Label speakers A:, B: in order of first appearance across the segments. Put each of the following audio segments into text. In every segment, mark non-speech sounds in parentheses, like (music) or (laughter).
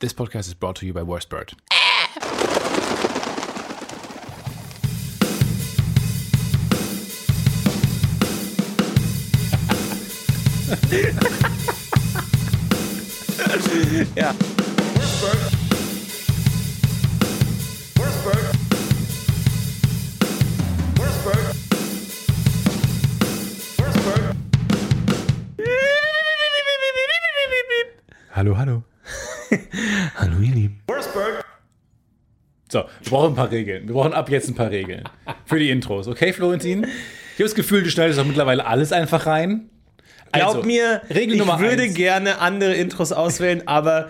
A: This podcast is brought to you by Worst Bird.
B: Ja.
A: Hallo, hallo. hallo, ihr Lieben. So, wir brauchen ein paar Regeln. Wir brauchen ab jetzt ein paar Regeln für die Intros. Okay, Florentin? Ich habe das Gefühl, du schneidest doch mittlerweile alles einfach rein.
B: Glaub
A: Also,
B: mir,
A: Regel
B: ich
A: Nummer
B: würde
A: eins.
B: gerne andere Intros auswählen, aber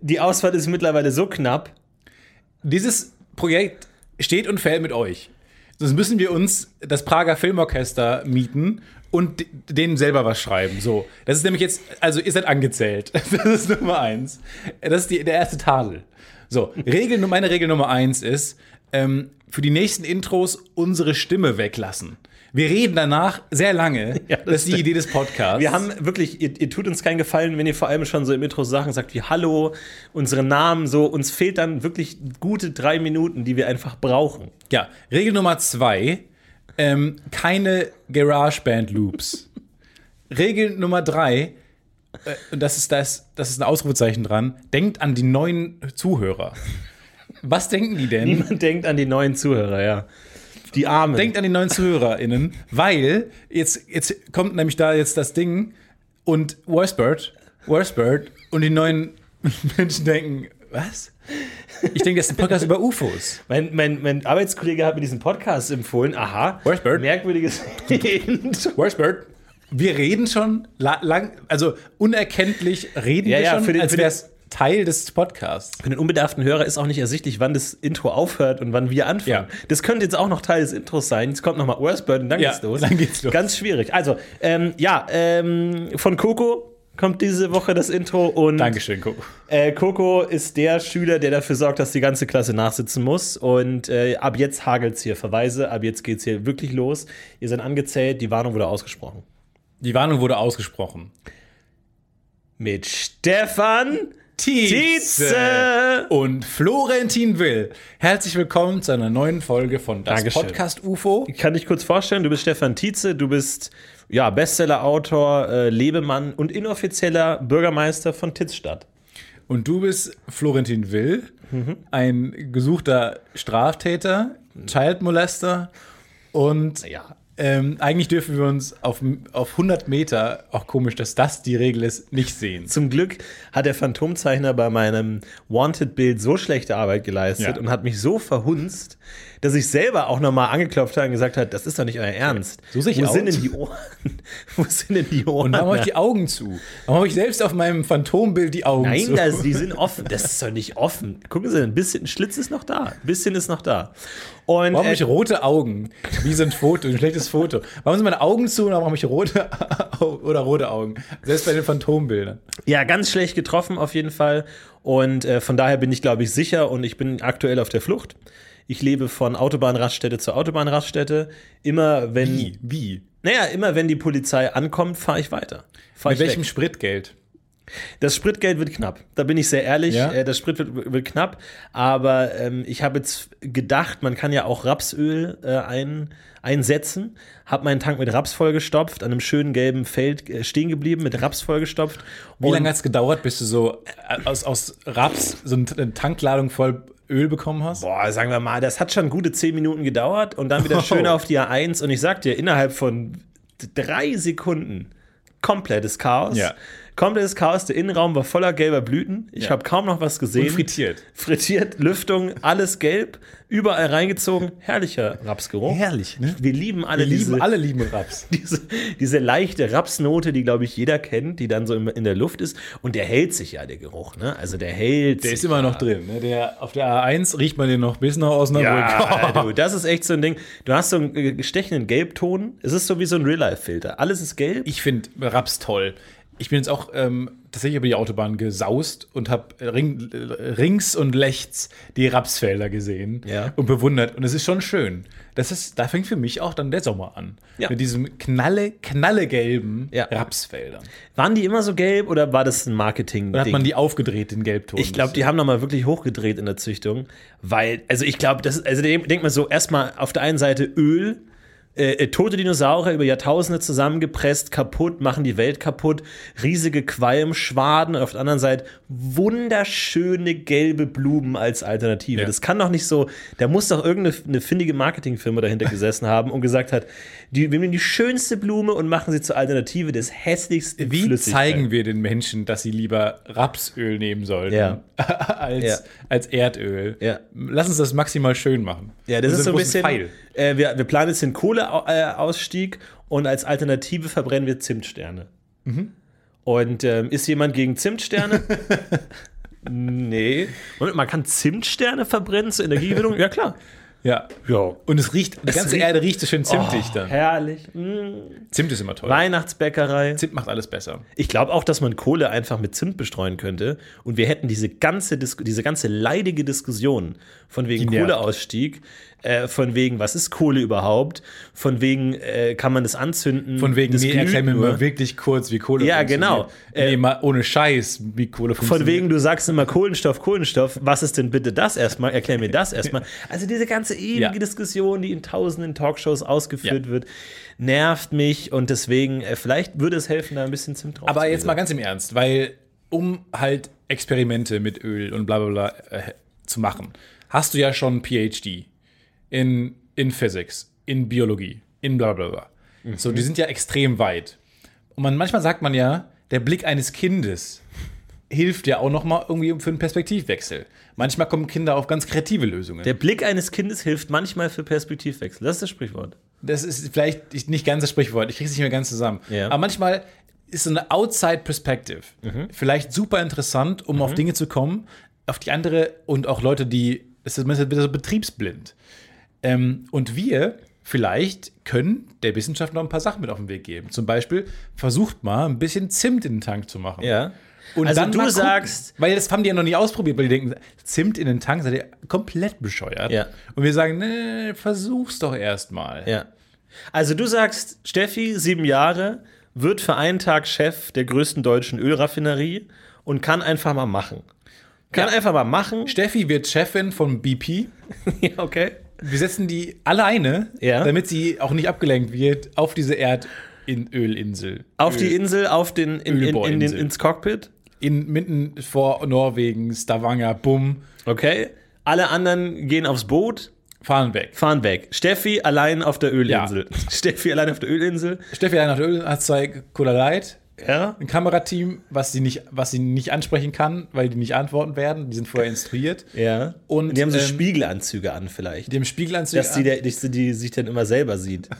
B: die Auswahl ist mittlerweile so knapp.
A: Dieses Projekt steht und fällt mit euch. Sonst müssen wir uns das Prager Filmorchester mieten und d- denen selber was schreiben. So, das ist nämlich jetzt, also ihr seid angezählt. (laughs) Das ist Nummer eins. Das ist die, der erste Tadel. So, Regel, meine Regel Nummer eins ist, ähm, für die nächsten Intros unsere Stimme weglassen. Wir reden danach sehr lange.
B: Ja,
A: das,
B: das
A: ist die Idee des Podcasts.
B: Wir haben wirklich, ihr, ihr tut uns keinen Gefallen, wenn ihr vor allem schon so im Intro Sachen sagt wie Hallo, unsere Namen, so. Uns fehlt dann wirklich gute drei Minuten, die wir einfach brauchen. (laughs)
A: Ja, Regel Nummer zwei: ähm, keine GarageBand-Loops. Regel Nummer drei, äh, und das ist das, das ist ein Ausrufezeichen dran, denkt an die neuen Zuhörer. Was denken die denn?
B: Niemand denkt an die neuen Zuhörer, ja. Die Armen.
A: Denkt an die neuen ZuhörerInnen, weil jetzt, jetzt kommt nämlich da jetzt das Ding und Worstbird, Worstbird und die neuen (laughs) Menschen denken, was? Ich denke, das ist ein Podcast über UFOs.
B: Mein, mein, mein Arbeitskollege hat mir diesen Podcast empfohlen. Aha.
A: Where's Bird? (laughs)
B: Merkwürdiges Intro.
A: Wordsbird. Wir reden schon la- lang, also unerkenntlich reden
B: Ja,
A: wir
B: ja,
A: schon,
B: für den-
A: als
B: für den-
A: wäre es Teil des Podcasts.
B: Für den unbedarften Hörer ist auch nicht ersichtlich, wann das Intro aufhört und wann wir anfangen.
A: Ja.
B: Das könnte jetzt auch noch Teil des Intros sein. Jetzt kommt nochmal Worst Bird und dann
A: Ja,
B: geht's los.
A: dann geht's los.
B: Ganz schwierig. Also, ähm, ja, ähm, von Coco kommt diese Woche das Intro und
A: Dankeschön, Coco.
B: äh, Coco ist der Schüler, der dafür sorgt, dass die ganze Klasse nachsitzen muss. Und äh, ab jetzt hagelt's hier Verweise, ab jetzt geht's hier wirklich los. Ihr seid angezählt, die Warnung wurde ausgesprochen.
A: Die Warnung wurde ausgesprochen.
B: Mit Stefan Tietze.
A: und Florentin Will. Herzlich willkommen zu einer neuen Folge von Das
B: Dankeschön.
A: Podcast UFO.
B: Ich kann dich kurz vorstellen, du bist Stefan Tietze, du bist ja, Bestseller-Autor, äh, Lebemann und inoffizieller Bürgermeister von Titzstadt.
A: Und du bist Florentin Will, ein gesuchter Straftäter, Child Molester und
B: Ja.
A: ähm, eigentlich dürfen wir uns auf, auf 100 Meter, auch komisch, dass das die Regel ist, nicht sehen.
B: Zum Glück hat der Phantomzeichner bei meinem Wanted-Bild so schlechte Arbeit geleistet
A: Ja.
B: und hat mich so verhunzt, dass ich selber auch nochmal angeklopft habe und gesagt habe, das ist doch nicht euer Ernst.
A: So sehe ich
B: Wo
A: aus.
B: sind denn die Ohren? (laughs) Wo sind denn die Ohren?
A: Und warum habe ich die Augen zu? Warum habe ich selbst auf meinem Phantombild die Augen zu?
B: Nein, das, die sind offen. Das ist doch nicht offen. Gucken Sie, ein bisschen ein Schlitz ist noch da. Ein bisschen ist noch da. Und
A: Warum
B: äh,
A: habe ich rote Augen? Wie so ein Foto, ein schlechtes Foto. Warum sind meine Augen zu und warum habe ich rote (laughs) Au- oder rote Augen? Selbst bei den Phantombildern.
B: Ja, ganz schlecht getroffen auf jeden Fall. Und äh, von daher bin ich, glaube ich, sicher und ich bin aktuell auf der Flucht. Ich lebe von Autobahnraststätte zu Autobahnraststätte. Immer wenn.
A: Wie? Wie?
B: Naja, immer wenn die Polizei ankommt, fahre ich weiter. Fahr
A: Mit
B: ich
A: welchem
B: weg.
A: Spritgeld?
B: Das Spritgeld wird knapp. Da bin ich sehr ehrlich.
A: Ja?
B: Äh, das Sprit wird, wird knapp. Aber ähm, ich habe jetzt gedacht, man kann ja auch Rapsöl äh, ein, einsetzen. Hab meinen Tank mit Raps vollgestopft, an einem schönen gelben Feld äh, stehen geblieben, mit Raps vollgestopft.
A: Wie lange hat es gedauert, bis du so äh, aus, aus Raps so eine Tankladung voll Öl bekommen hast?
B: Boah, sagen wir mal, das hat schon gute 10 Minuten gedauert und dann wieder
A: (laughs) Oh.
B: schön auf die A1 und ich sag dir, innerhalb von d- drei Sekunden komplettes Chaos.
A: Ja.
B: Komplettes Chaos, der Innenraum war voller gelber Blüten. Ich
A: Ja.
B: habe kaum noch was gesehen.
A: Und frittiert.
B: Frittiert, Lüftung, alles gelb, überall reingezogen. Herrlicher Rapsgeruch.
A: Herrlich, ne?
B: Wir lieben alle
A: Wir
B: diese,
A: lieben, alle lieben Raps.
B: (laughs) diese, diese leichte Rapsnote, die, glaube ich, jeder kennt, die dann so im- in der Luft ist. Und der hält sich ja, der Geruch. Ne? Also der hält
A: Der
B: sich.
A: ist immer noch drin. Ne? Der, auf der A1 riecht man den noch bis nach Osnabrück. (laughs)
B: Ja, du, das ist echt so ein Ding. Du hast so einen äh, gestechenden Gelbton. Es ist so wie so ein Real-Life-Filter. Alles ist gelb.
A: Ich finde Raps toll. Ich bin jetzt auch ähm, tatsächlich über die Autobahn gesaust und habe ring, äh, rings und rechts die Rapsfelder gesehen
B: Ja.
A: und bewundert. Und es ist schon schön. Das ist, da fängt für mich auch dann der Sommer an.
B: Ja.
A: Mit diesem knalle, knallegelben
B: Ja.
A: Rapsfeldern.
B: Waren die immer so gelb oder war das ein
A: Dann hat man
B: Marketing-Ding?
A: die aufgedreht, den Gelbton.
B: Ich glaube, die haben nochmal wirklich hochgedreht in der Züchtung, weil, also ich glaube, das ist, also denk denk mal so, erstmal auf der einen Seite Öl, äh, äh, tote Dinosaurier über Jahrtausende zusammengepresst, kaputt, machen die Welt kaputt, riesige Qualmschwaden und auf der anderen Seite wunderschöne gelbe Blumen als Alternative.
A: Ja.
B: Das kann doch nicht so, da muss doch irgendeine eine findige Marketingfirma dahinter gesessen haben und gesagt hat, die, wir nehmen die schönste Blume und machen sie zur Alternative des hässlichsten
A: Wie
B: Flüssigkeit.
A: zeigen wir den Menschen, dass sie lieber Rapsöl nehmen sollten
B: Ja.
A: (laughs) als,
B: Ja.
A: als Erdöl?
B: Ja.
A: Lass uns das maximal schön machen.
B: Ja, das
A: Mit
B: ist so ein
A: einem großen
B: bisschen.
A: Pfeil.
B: Äh, wir, wir planen jetzt den Kohleausstieg und als Alternative verbrennen wir Zimtsterne. Mhm. Und ähm, ist jemand gegen Zimtsterne? (laughs) nee. Moment, man kann Zimtsterne verbrennen zur Energiegewinnung? Ja, klar.
A: Ja.
B: Ja.
A: Und es riecht, die
B: Es
A: ganze
B: riecht-
A: Erde riecht so schön zimtig dann.
B: Herrlich. Mm.
A: Zimt ist immer toll.
B: Weihnachtsbäckerei.
A: Zimt macht alles besser.
B: Ich glaube auch, dass man Kohle einfach mit Zimt bestreuen könnte und wir hätten diese ganze, Dis diese ganze leidige Diskussion von wegen
A: nervt.
B: Kohleausstieg, äh, von wegen, was ist Kohle überhaupt, von wegen, äh, kann man das anzünden?
A: Von wegen,
B: das
A: nee,
B: glüht
A: erklär mir
B: nur.
A: mal wirklich kurz, wie Kohle
B: Ja,
A: funktioniert.
B: genau.
A: Nee, mal ohne Scheiß, wie Kohle
B: Von
A: funktioniert.
B: wegen, du sagst immer Kohlenstoff, Kohlenstoff, was ist denn bitte das erstmal? Erklär mir das
A: (laughs)
B: erstmal. Also diese ganze ewige
A: Ja.
B: Diskussion, die in tausenden Talkshows ausgeführt
A: Ja.
B: wird, nervt mich und deswegen, äh, vielleicht würde es helfen, da ein bisschen Zimt drauf
A: Aber
B: zu
A: jetzt mal ganz im Ernst, weil um halt Experimente mit Öl und bla bla bla äh, zu machen, hast du ja schon ein PhD in, in Physics, in Biologie, in bla bla bla. So, die sind ja extrem weit. Und man, manchmal sagt man ja, der Blick eines Kindes hilft ja auch noch mal irgendwie für einen Perspektivwechsel. Manchmal kommen Kinder auf ganz kreative Lösungen.
B: Der Blick eines Kindes hilft manchmal für Perspektivwechsel. Das ist das Sprichwort.
A: das ist vielleicht nicht ganz das Sprichwort, ich krieg's nicht mehr ganz zusammen.
B: Ja. Mhm.
A: Aber manchmal ist so eine Outside Perspective vielleicht super interessant, um auf Dinge zu kommen, auf die andere und auch Leute, die, es ist man ist ja wieder so betriebsblind. Ähm, und wir vielleicht können der Wissenschaft noch ein paar Sachen mit auf den Weg geben. Zum Beispiel versucht mal ein bisschen Zimt in den Tank zu machen. Und
B: Also
A: dann
B: du
A: mal gucken.
B: sagst-
A: Weil das haben die ja noch nie ausprobiert, weil die denken, Zimt in den Tank seid ihr komplett bescheuert.
B: Ja.
A: Und wir sagen, nee, versuch's doch erstmal.
B: Ja. Also du sagst, Steffi, sieben Jahre, wird für einen Tag Chef der größten deutschen Ölraffinerie und kann einfach mal machen. Kann
A: Ja.
B: einfach mal
A: (laughs)
B: machen.
A: Steffi wird Chefin von BP.
B: Ja, okay.
A: Wir setzen die alleine,
B: Ja.
A: damit sie auch nicht abgelenkt wird, auf diese Erd in Ölinsel.
B: Auf
A: Öl.
B: die Insel, auf den, in, in, in, den,
A: Ölbohrinsel.
B: ins Cockpit.
A: in, mitten vor Norwegen, Stavanger, bumm,
B: Okay. Alle anderen gehen aufs Boot,
A: fahren weg.
B: fahren weg. Steffi allein auf der Ölinsel. (laughs) Steffi allein auf der Ölinsel.
A: Steffi hat nach Öl hat zwei Cola Light,
B: Ja.
A: ein Kamerateam, was sie nicht, was sie nicht ansprechen kann, weil die nicht antworten werden. Die sind vorher instruiert.
B: Ja.
A: Und,
B: Und die haben so
A: ähm,
B: Spiegelanzüge an vielleicht.
A: Dem Spiegelanzug.
B: dass die, der, dass die, die sich dann immer selber sieht.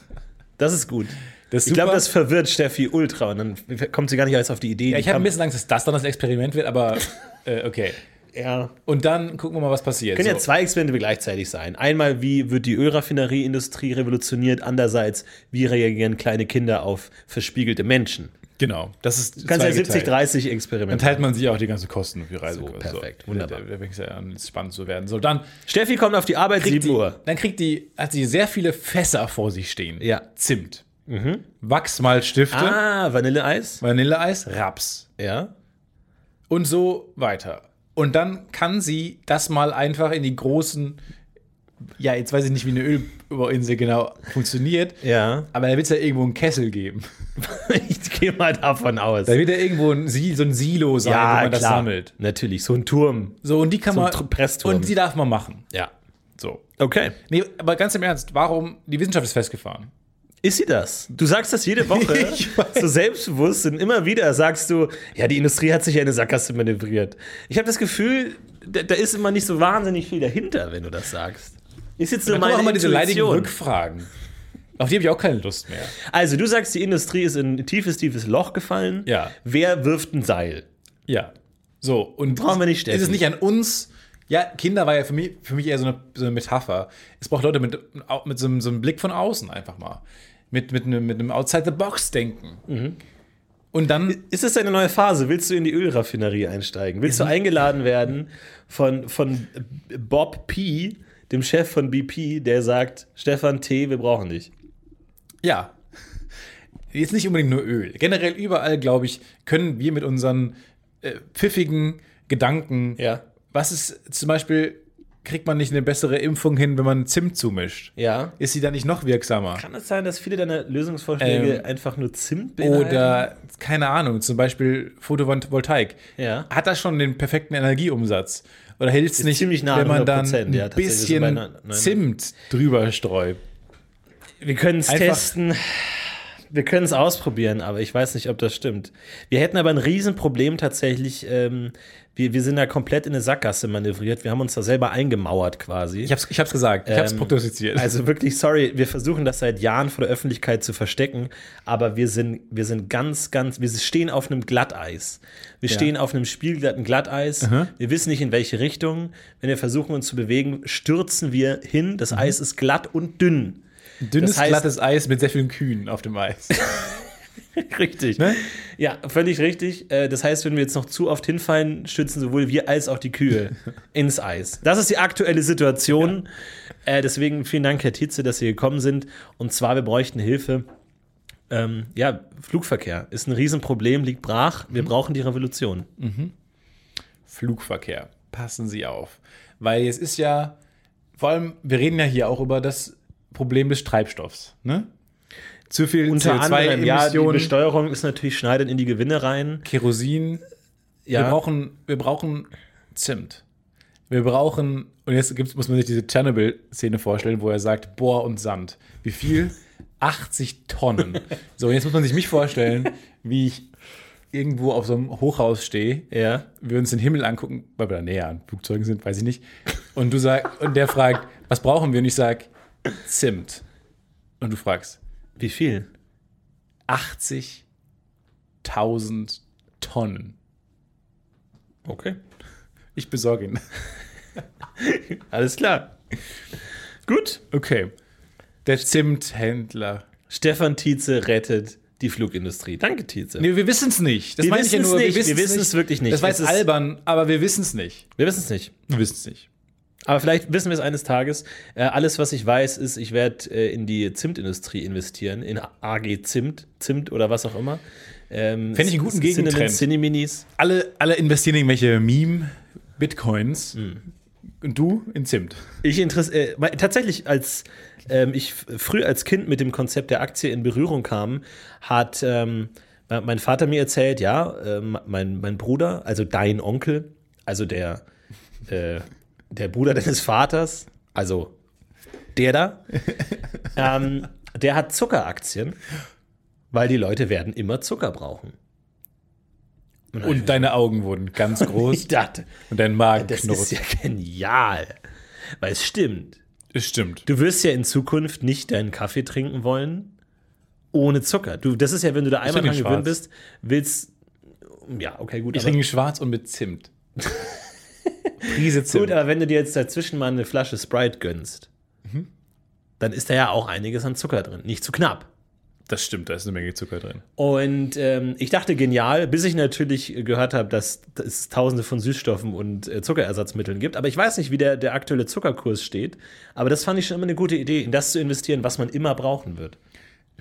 B: Das ist gut.
A: Das ist
B: ich glaube,
A: super.
B: das verwirrt Steffi ultra und dann kommt sie gar nicht erst auf die Idee.
A: ja,
B: die
A: ich habe ein
B: kam-
A: bisschen Angst, dass das dann das Experiment wird, aber äh, okay.
B: ja.
A: Und dann gucken wir mal, was passiert.
B: Können ja
A: So.
B: zwei Experimente gleichzeitig sein. Einmal, wie wird die Ölraffinerieindustrie revolutioniert? Andererseits, wie reagieren kleine Kinder auf verspiegelte Menschen?
A: Genau. Das ist
B: Du kannst ja
A: zweigeteilt.
B: 70-30
A: Dann
B: Experiment.
A: teilt man sich auch die ganze Kosten für die Reise.
B: So,
A: Also,
B: perfekt,
A: der-
B: wunderbar.
A: Der, der fängt ja an, spannend zu werden. So, dann
B: Steffi kommt auf die Arbeit, 7
A: kriegt die,
B: Uhr.
A: Dann kriegt die, hat sie sehr viele Fässer vor sich stehen.
B: Ja.
A: Zimt. Mhm. Wachsmalstifte,
B: Ah, Vanilleeis?
A: Vanilleeis, Raps.
B: Ja.
A: Und so weiter. Und dann kann sie das mal einfach in die großen, ja, jetzt weiß ich nicht, wie eine Ölüberinsel genau funktioniert,
B: Ja. (laughs)
A: aber da wird es ja irgendwo einen Kessel geben.
B: Ich gehe mal davon aus.
A: Da wird ja irgendwo ein, Si- so ein Silo sein, wo man das sammelt.
B: Natürlich, so ein Turm.
A: So, und die kann
B: So ein
A: man.
B: Tr- Pressturm.
A: und die darf man machen.
B: Ja.
A: So.
B: Okay.
A: Nee, aber ganz im Ernst, warum? Die Wissenschaft ist festgefahren.
B: Ist sie das? Du sagst das jede Woche
A: (laughs) Ich weiß.
B: so selbstbewusst und immer wieder sagst du, ja, die Industrie hat sich ja in eine Sackgasse manövriert. Ich habe das Gefühl, da, da ist immer nicht so wahnsinnig viel dahinter, wenn du das sagst. Ist jetzt nur
A: Dann kommen
B: meine
A: auch immer diese leidigen
B: Intuition.
A: Rückfragen. Auf die habe ich auch keine Lust mehr.
B: Also, du sagst, die Industrie ist in ein tiefes, tiefes Loch gefallen.
A: Ja.
B: Wer wirft ein Seil?
A: Ja. So, und
B: Brauchen wir nicht Steffi.
A: ist es nicht an uns? Ja, Kinder war ja für mich, für mich eher so eine, so eine Metapher. Es braucht Leute mit, mit so, einem,
B: Mhm.
A: so einem Blick von außen einfach mal. Mit, mit, einem, mit einem Outside-the-Box-Denken. Und dann
B: Ist es deine neue Phase? Willst du in die Ölraffinerie einsteigen? Willst du
A: Mhm.
B: eingeladen werden von, von Bob P., dem Chef von BP, der sagt, Stefan T., wir brauchen dich.
A: Ja. Jetzt nicht unbedingt nur Öl. Generell überall, glaube ich, können wir mit unseren äh, pfiffigen Gedanken.
B: Ja.
A: Was ist zum Beispiel, kriegt man nicht eine bessere Impfung hin, wenn man Zimt zumischt?
B: Ja.
A: Ist sie dann nicht noch wirksamer?
B: Kann es sein, dass viele deiner Lösungsvorschläge
A: Ähm,
B: einfach nur Zimt beinhalten?
A: Oder, keine Ahnung, zum Beispiel Photovoltaik.
B: Ja.
A: Hat das schon den perfekten Energieumsatz? Oder hält es nicht,
B: ziemlich nah an
A: wenn man dann
B: 100%,
A: ein
B: ja, tatsächlich so
A: bisschen
B: bei neun- neun-
A: Zimt drüber streut?
B: Wir können es
A: Einfach-
B: testen. Wir können es ausprobieren, aber ich weiß nicht, ob das stimmt. Wir hätten aber ein Riesenproblem tatsächlich. Ähm, wir, wir sind da komplett in eine Sackgasse manövriert. Wir haben uns da selber eingemauert quasi.
A: Ich hab's, ich hab's gesagt, ich hab's
B: Ähm,
A: prognostiziert.
B: Also wirklich, sorry, wir versuchen das seit Jahren vor der Öffentlichkeit zu verstecken, aber wir sind, wir sind ganz, ganz, wir stehen auf einem Glatteis. Wir stehen auf einem spielglatten Glatteis. Wir wissen nicht, in welche Richtung. Wenn wir versuchen, uns zu bewegen, stürzen wir hin.
A: Mhm.
B: Das Eis ist glatt und dünn.
A: Dünnes,
B: das heißt-
A: glattes Eis mit sehr vielen Kühen auf dem Eis.
B: Richtig. Ja, völlig richtig. Äh, Das heißt, wenn wir jetzt noch zu oft hinfallen, stürzen sowohl wir als auch die Kühe (laughs) ins Eis. Das ist die aktuelle Situation. Äh, Deswegen vielen Dank, Herr Tietze, dass Sie gekommen sind. Und zwar, wir bräuchten Hilfe. Ähm, ja, Flugverkehr ist ein Riesenproblem, liegt brach. Wir brauchen die Revolution.
A: Flugverkehr. Passen Sie auf. Weil es ist ja, vor allem, wir reden ja hier auch über das Problem des Treibstoffs. Ne? Zu viel
B: Unter anderem, ja, die
A: CO2-Emissionen,
B: Besteuerung ist natürlich schneidend in die Gewinne rein.
A: Kerosin.
B: Ja,
A: Wir, brauchen, wir brauchen Zimt. Wir brauchen, und jetzt gibt's, muss man sich diese Tschernobyl-Szene vorstellen, wo er sagt, Bohr und Sand. Wie (laughs) viel? 80 Tonnen. So, und jetzt muss man sich mich vorstellen, wie ich irgendwo auf so einem Hochhaus stehe
B: ja.
A: wir uns den Himmel angucken, weil wir da näher an Flugzeugen sind, weiß ich nicht. Und du sag, und der fragt, was brauchen wir? Und ich sag, Zimt. Und du fragst,
B: Wie viel?
A: 80.000 Tonnen.
B: Okay.
A: Ich besorge ihn.
B: Alles klar. Gut.
A: Okay. Der Zimthändler.
B: Stefan Tietze rettet die Flugindustrie. Danke, Tietze.
A: Nee, wir wissen es nicht. Das
B: Wir
A: meine ich ja
B: wissen's
A: nur.
B: nicht. Wir wissen's wirklich nicht.
A: Das war jetzt
B: Es ist-
A: albern, aber wir wissen es nicht.
B: Wir wissen es nicht.
A: Wir wissen es nicht.
B: Aber vielleicht wissen wir es eines Tages. Äh, alles, was ich weiß, ist, ich werde äh, in die Zimtindustrie investieren, in AG Zimt, Zimt oder was auch immer. Ähm,
A: Fänd ich einen guten Gegentrend.
B: Cineminis.
A: Alle, alle investieren in irgendwelche Meme-Bitcoins.
B: Hm.
A: Und du in Zimt.
B: Ich interess äh, weil tatsächlich, als ähm, ich f- früh als Kind mit dem Konzept der Aktie in Berührung kam, hat ähm, me- mein Vater mir erzählt, ja, ähm, mein, mein Bruder, also dein Onkel, also der, äh, der Bruder deines Vaters, also der da,
A: (laughs)
B: ähm, der hat Zuckeraktien, weil die Leute werden immer Zucker brauchen.
A: Und deine Augen
B: (laughs)
A: wurden ganz groß.
B: Ich dachte,
A: und dein Magen
B: das
A: knurrt.
B: ist ja genial, weil es stimmt.
A: Es stimmt.
B: Du wirst ja in Zukunft nicht deinen Kaffee trinken wollen ohne Zucker. Du, das ist ja, wenn du da einmal
A: trinke
B: dran gewöhnt
A: schwarz.
B: bist, willst. Ja, okay, gut.
A: Ich
B: aber,
A: trinke schwarz und
B: (laughs)
A: mit Zimt. Prise Zimt.
B: gut, aber wenn du dir jetzt dazwischen mal eine Flasche Sprite gönnst,
A: Mhm.
B: dann ist da ja auch einiges an Zucker drin. Nicht zu knapp.
A: das stimmt, da ist eine Menge Zucker drin.
B: Und ähm, ich dachte genial, bis ich natürlich gehört habe, dass es tausende von Süßstoffen und äh, Zuckerersatzmitteln gibt. Aber ich weiß nicht, wie der, der aktuelle Zuckerkurs steht. Aber das fand ich schon immer eine gute Idee, in das zu investieren, was man immer brauchen wird.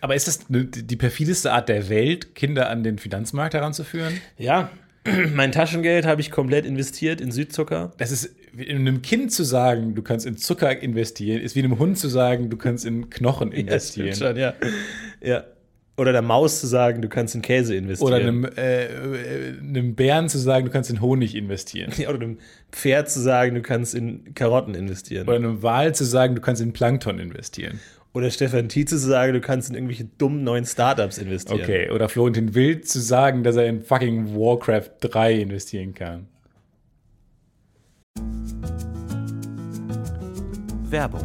A: Aber ist das ne- die perfideste Art der Welt, Kinder an den Finanzmarkt heranzuführen?
B: Ja, (clears throat) mein Taschengeld habe ich komplett investiert in Südzucker.
A: Das ist, wie einem Kind zu sagen, du kannst in Zucker investieren, ist wie einem Hund zu sagen, du kannst in Knochen investieren.
B: schon, ja. (laughs) ja. Oder der Maus zu sagen, du kannst in Käse investieren. (laughs)
A: Oder einem, äh, äh, einem Bären zu sagen, du kannst in Honig investieren.
B: Ja, oder einem Pferd zu sagen, du kannst in Karotten investieren.
A: Oder
B: Oder,
A: einem Wal zu sagen, du kannst in Plankton investieren.
B: Stefan Tietze zu sagen, du kannst in irgendwelche dummen neuen Startups investieren.
A: Okay, oder Florentin Wild zu sagen, dass er in fucking Warcraft 3 investieren kann.
B: Werbung.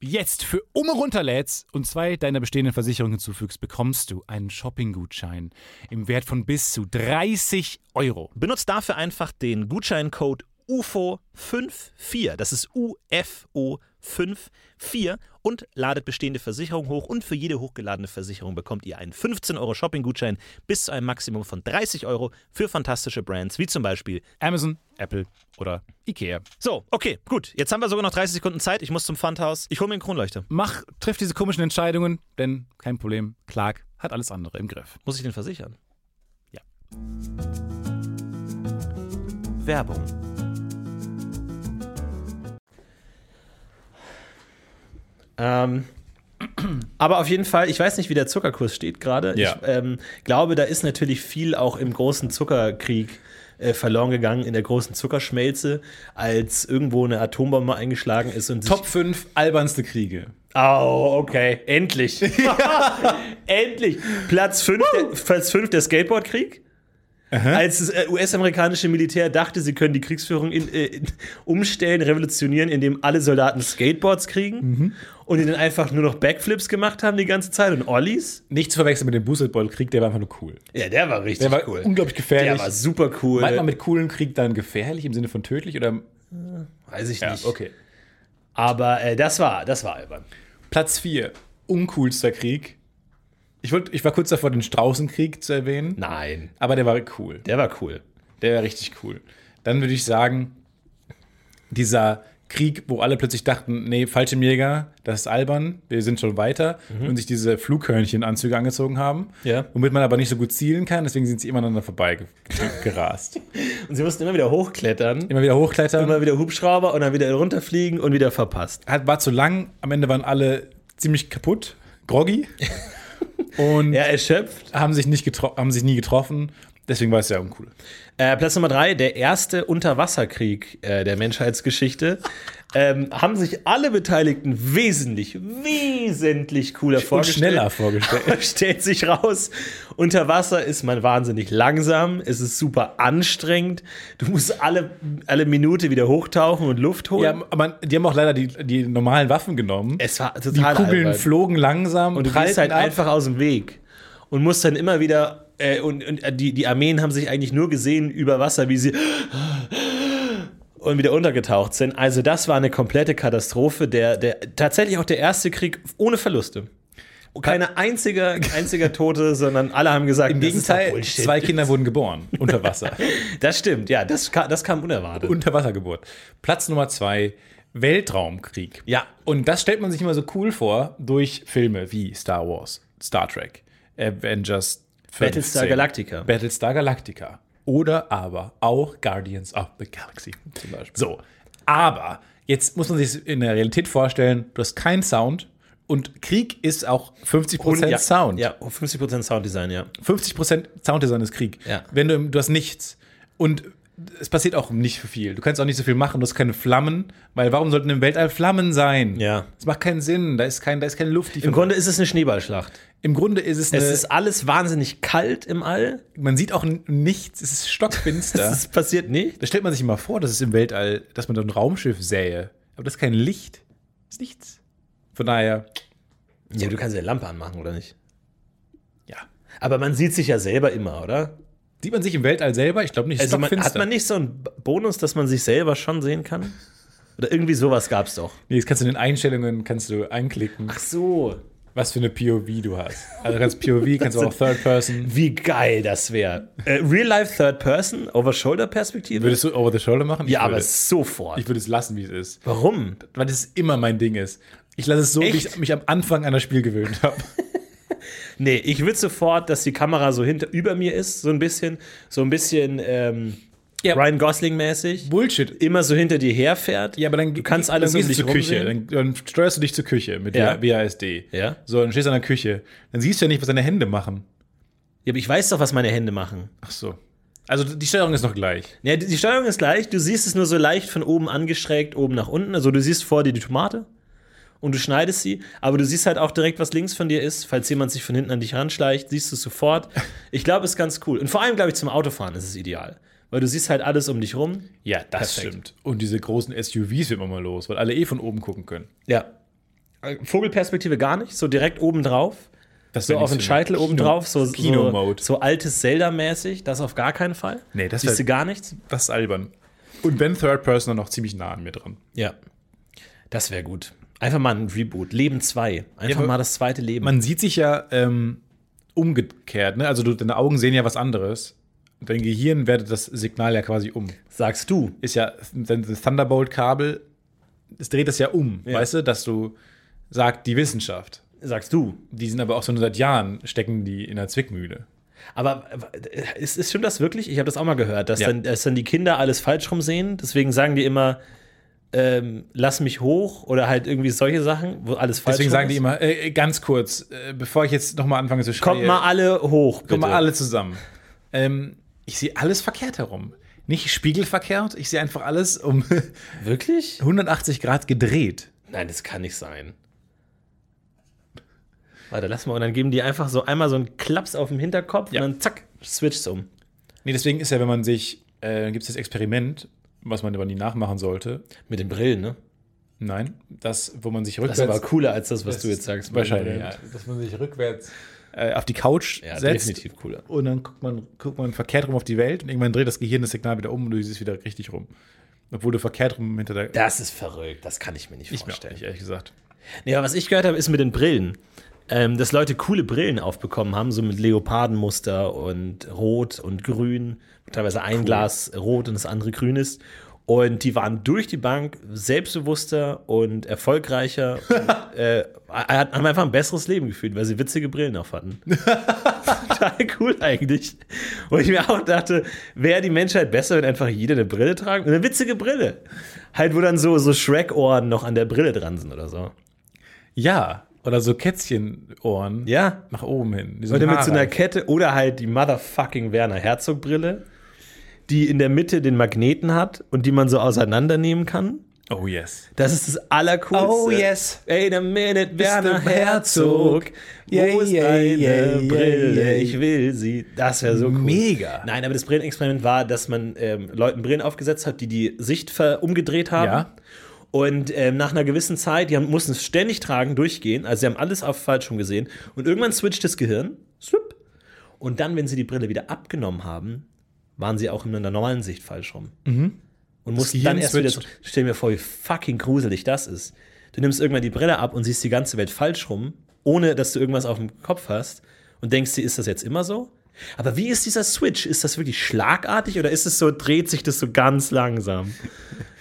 A: jetzt für um runterlädst und zwei deiner bestehenden Versicherungen hinzufügst, bekommst du einen Shopping-Gutschein im Wert von bis zu 30 Euro.
C: Benutzt dafür einfach den Gutscheincode UFO54, das ist UFO54 und ladet bestehende Versicherungen hoch und für jede hochgeladene Versicherung bekommt ihr einen 15 Euro Shopping-Gutschein bis zu einem Maximum von 30 Euro für fantastische Brands wie zum Beispiel
A: Amazon, Apple oder Ikea.
C: So, okay, gut. Jetzt haben wir sogar noch 30 Sekunden Zeit. Ich muss zum Pfandhaus. Ich hole mir einen Kronleuchter.
A: mach, triff diese komischen Entscheidungen, denn kein Problem, Clark hat alles andere im Griff.
C: Muss ich den versichern?
A: Ja.
C: Werbung.
B: Ähm, aber auf jeden Fall, ich weiß nicht, wie der Zuckerkurs steht gerade.
A: Ja.
B: Ich ähm, glaube, da ist natürlich viel auch im großen Zuckerkrieg äh, verloren gegangen, in der großen Zuckerschmelze, als irgendwo eine Atombombe eingeschlagen ist und sich
A: 5 albernste Kriege.
B: Oh, okay.
A: (laughs)
B: Endlich. (laughs) Endlich. Platz 5 der, Platz fünf der Skateboardkrieg. Als das äh, US-amerikanische Militär dachte, sie können die Kriegsführung in, äh, in, umstellen, revolutionieren, indem alle Soldaten Skateboards kriegen
A: Mhm.
B: und die dann einfach nur noch Backflips gemacht haben die ganze Zeit und Ollies.
A: Nicht zu verwechseln mit dem Boosted Ball Krieg, der war einfach nur cool.
B: Ja, der war richtig
A: Der war
B: cool.
A: unglaublich gefährlich.
B: Der war super cool.
A: Meint man mit coolen Krieg dann gefährlich im Sinne von tödlich oder
B: Weiß ich nicht.
A: okay.
B: Aber äh, das war, das war albern.
A: Platz 4, uncoolster Krieg. Ich, wollt, ich war kurz davor, den Straußenkrieg zu erwähnen,
B: Nein,
A: aber der war cool.
B: der war cool.
A: Der wäre richtig cool. Dann würde ich sagen, dieser Krieg, wo alle plötzlich dachten, nee, falsche Jäger, das ist albern, wir sind schon weiter und sich diese Flughörnchenanzüge angezogen haben,
B: Ja.
A: womit man aber nicht so gut zielen kann, deswegen sind sie immer aneinander (laughs) vorbeigerast.
B: Und sie mussten immer wieder hochklettern,
A: immer wieder hochklettern,
B: immer wieder Hubschrauber und dann wieder runterfliegen und wieder verpasst.
A: Hat, war zu lang, am Ende waren alle ziemlich kaputt, (laughs) groggy und
B: Ja, erschöpft.
A: haben, sich nicht getro- haben sich nie getroffen, deswegen war es sehr uncool.
B: Äh, Platz Nummer drei, der erste Unterwasserkrieg äh, der Menschheitsgeschichte. Ähm, haben sich alle Beteiligten wesentlich, wesentlich cooler
A: Und
B: vorgestellt.
A: schneller vorgestellt.
B: (laughs) Stellt sich raus, unter Wasser ist man wahnsinnig langsam, es ist super anstrengend. Du musst alle, alle Minute wieder hochtauchen und Luft holen.
A: Ja, aber die haben auch leider die, die normalen Waffen genommen.
B: es war total
A: Die Kugeln
B: albern.
A: flogen langsam
B: Und du
A: prallten
B: gehst halt
A: ab.
B: einfach aus dem Weg und musst dann immer wieder. Äh, und und äh, die, die Armeen haben sich eigentlich nur gesehen über Wasser, wie sie und wieder untergetaucht sind. Also das war eine komplette Katastrophe. Der, der tatsächlich auch der erste Krieg ohne Verluste. Keine einziger, einziger Tote, sondern alle haben gesagt,
A: Im
B: das ist doch
A: Gegenteil,
B: Bullshit.
A: zwei Kinder wurden geboren unter Wasser. (laughs)
B: Das stimmt, ja, das, ka das kam unerwartet.
A: Unterwassergeburt. Platz Nummer zwei, Weltraumkrieg.
B: Ja.
A: Und das stellt man sich immer so cool vor durch Filme wie Star Wars, Star Trek, Avengers 15,
B: Battlestar Galactica.
A: Battlestar Galactica. Oder aber auch Guardians of the Galaxy. Zum Beispiel. So. Aber jetzt muss man sich in der Realität vorstellen, du hast keinen Sound und Krieg ist auch 50%
B: ja,
A: Sound.
B: Ja, 50% Sounddesign, ja.
A: 50% Sounddesign ist Krieg.
B: Ja.
A: Wenn du, im- du hast nichts. Und es passiert auch nicht viel. Du kannst auch nicht so viel machen, du hast keine Flammen, weil warum sollten im Weltall Flammen sein?
B: Ja.
A: Das macht keinen Sinn, da ist, kein, da ist keine Luft. Die
B: Im Grunde ist es eine Schneeballschlacht.
A: Im Grunde ist es,
B: Es
A: eine,
B: ist alles wahnsinnig kalt im All.
A: man sieht auch n- nichts, es ist stockfinster.
B: (laughs) Es passiert nicht.
A: da stellt man sich mal vor, dass es im Weltall, dass man da ein Raumschiff sähe, aber das ist kein Licht, das ist nichts. Von daher,
B: Ja, du kannst ja Lampe anmachen, oder nicht?
A: ja.
B: Aber man sieht sich ja selber immer, oder?
A: Sieht man sich im Weltall selber? Ich glaube nicht, es ist
B: Also man,
A: stockfinster.
B: hat man nicht so einen B- Bonus, dass man sich selber schon sehen kann? Oder irgendwie sowas gab's doch.
A: Nee, das kannst du in den Einstellungen kannst du einklicken,
B: Ach so.
A: was für eine POV du hast. (laughs) Also ganz POV, kannst du auch Third Person.
B: Wie geil das wäre. Äh, Real-Life Third Person, Over-Shoulder-Perspektive?
A: Würdest du over the shoulder machen?
B: ja,
A: ich würde,
B: aber sofort.
A: ich würde es lassen, wie es ist.
B: Warum?
A: weil das immer mein Ding ist. Ich lasse es so, wie
B: Echt?
A: ich mich am Anfang an das Spiel gewöhnt habe.
B: Nee, ich will sofort, dass die Kamera so hinter über mir ist, so ein bisschen, so ein bisschen ähm,
A: Ja.
B: Ryan Gosling-mäßig.
A: (laughs) Bullshit.
B: Immer so hinter dir herfährt.
A: Ja, aber dann
B: du kannst alles
A: dann
B: um
A: gehst
B: dich
A: du zur Küche.
B: rumsehen.
A: Dann, dann steuerst du dich zur Küche mit
B: Ja.
A: WASD.
B: Ja.
A: So, dann stehst du an der Küche. Dann siehst du ja nicht, was deine Hände machen.
B: Ja, aber ich weiß doch, was meine Hände machen.
A: Ach so. Also die Steuerung ist noch gleich.
B: Ja, die die Steuerung ist gleich. Du siehst es nur so leicht von oben angestreckt, oben nach unten. Also du siehst vor dir die Tomate und du schneidest sie, aber du siehst halt auch direkt, was links von dir ist. Falls jemand sich von hinten an dich ranschleicht, siehst du es
A: (laughs)
B: sofort. Ich glaube, ist ganz cool. Und vor allem, glaube ich, zum Autofahren ist es ideal. Weil du siehst halt alles um dich rum.
A: Ja, das
B: Perfekt.
A: stimmt. Und diese großen SUVs wird man mal los, weil alle eh von oben gucken können.
B: Ja. Äh, Vogelperspektive gar nicht, so direkt oben drauf.
A: Das
B: So
A: wär
B: auf den
A: nichts für
B: Scheitel
A: mich.
B: oben
A: Kino-
B: drauf, so, so,
A: Kino-Mode.
B: so altes Zelda-mäßig, das auf gar keinen Fall.
A: Nee, das
B: Siehst
A: wär-
B: du gar nichts?
A: Das ist albern. Und wenn Third Person dann noch ziemlich nah an mir dran.
B: Ja. Das wäre gut. Einfach mal ein Reboot. Leben 2. Einfach
A: aber-
B: mal das zweite Leben.
A: Man sieht sich ja ähm, umgekehrt, ne? Also du, deine Augen sehen ja was anderes. Dein Gehirn wertet das Signal ja quasi um.
B: Sagst du.
A: ist ja dein Thunderbolt-Kabel, es dreht das ja um,
B: Ja.
A: weißt du, dass du sagt die Wissenschaft.
B: Sagst du.
A: Die sind aber auch schon seit Jahren stecken die in der Zwickmühle.
B: Aber äh, ist, ist stimmt das wirklich? Ich habe das auch mal gehört, dass,
A: Ja.
B: dann, dass dann die Kinder alles falsch rum sehen. Deswegen sagen die immer, ähm, lass mich hoch oder halt irgendwie solche Sachen, wo alles falsch
A: Deswegen
B: rum
A: sagen die
B: ist.
A: immer äh, ganz kurz, äh, bevor ich jetzt noch mal anfange zu schreien,
B: Kommt mal alle hoch. Bitte.
A: kommt mal alle zusammen. Ähm, ich sehe alles verkehrt herum, nicht spiegelverkehrt. Ich sehe einfach alles um (laughs)
B: Wirklich?
A: 180 Grad gedreht.
B: Nein, das kann nicht sein. Warte, lass mal. Und dann geben die einfach so einmal so einen Klaps auf den Hinterkopf
A: Ja.
B: und dann zack, switcht's um.
A: Nee, deswegen ist ja, wenn man sich, äh, gibt es das Experiment, was man aber nie nachmachen sollte.
B: Mit den Brillen, ne?
A: Nein, das, wo man sich
B: Das
A: rückwärts
B: ist aber cooler als das, was du jetzt sagst.
A: Wahrscheinlich, ja. Dass man sich rückwärts äh, auf die Couch
B: Ja,
A: setzt.
B: definitiv cooler.
A: Und dann guckt man, guckt man verkehrt rum auf die Welt und irgendwann dreht das Gehirn das Signal wieder um und du siehst wieder richtig rum. Obwohl du verkehrt rum hinter der.
B: Das ist verrückt. Das kann ich mir nicht
A: ich mir auch
B: vorstellen.
A: nicht, ehrlich gesagt.
B: Nee, aber was ich gehört habe, ist mit den Brillen. Ähm, dass Leute coole Brillen aufbekommen haben, so mit Leopardenmuster und Rot und Grün. Teilweise ein Glas Rot und das andere Grün ist. Und die waren durch die Bank selbstbewusster und erfolgreicher. und, äh, haben einfach ein besseres Leben gefühlt, weil sie witzige Brillen auf hatten. Total cool eigentlich. Wo ich mir auch dachte, wäre die Menschheit besser, wenn einfach jeder eine Brille tragen? Eine witzige Brille. Halt, wo dann so, so Shrek-Ohren noch an der Brille dran sind oder so.
A: Ja, oder so Kätzchenohren
B: Ja.
A: nach oben hin. die sind
B: Oder mit so einer
A: haarreich.
B: Kette oder halt die motherfucking Werner Herzog Brille, die in der Mitte den Magneten hat und die man so auseinandernehmen kann.
A: Oh yes.
B: Das ist das Allercoolste.
A: Oh, yes.
B: Wait a minute, Werner
A: der Herzog.
B: Herzog. Wo
A: Yeah,
B: ist
A: yeah,
B: deine
A: yeah, yeah,
B: Brille?
A: yeah.
B: Ich will sie. Das wäre so cool.
A: Mega.
B: Nein, aber das Brillenexperiment war, dass man ähm, Leuten Brillen aufgesetzt hat, die die Sicht ver umgedreht haben.
A: Ja.
B: Und ähm, nach einer gewissen Zeit, die haben, mussten es ständig tragen, durchgehen. Also sie haben alles auf Fallschirm gesehen. Und irgendwann switcht das Gehirn. Swip. Und dann, wenn sie die Brille wieder abgenommen haben, waren sie auch in einer normalen Sicht falsch rum. Und mussten
A: Mhm. Gehirn
B: dann erst wieder.
A: switcht.
B: so- Stell mir vor, wie fucking gruselig das ist. Du nimmst irgendwann die Brille ab und siehst die ganze Welt falsch rum, ohne dass du irgendwas auf dem Kopf hast und denkst dir, ist das jetzt immer so? Aber wie ist dieser Switch? Ist das wirklich schlagartig oder ist es so, dreht sich das so ganz langsam?
A: (laughs)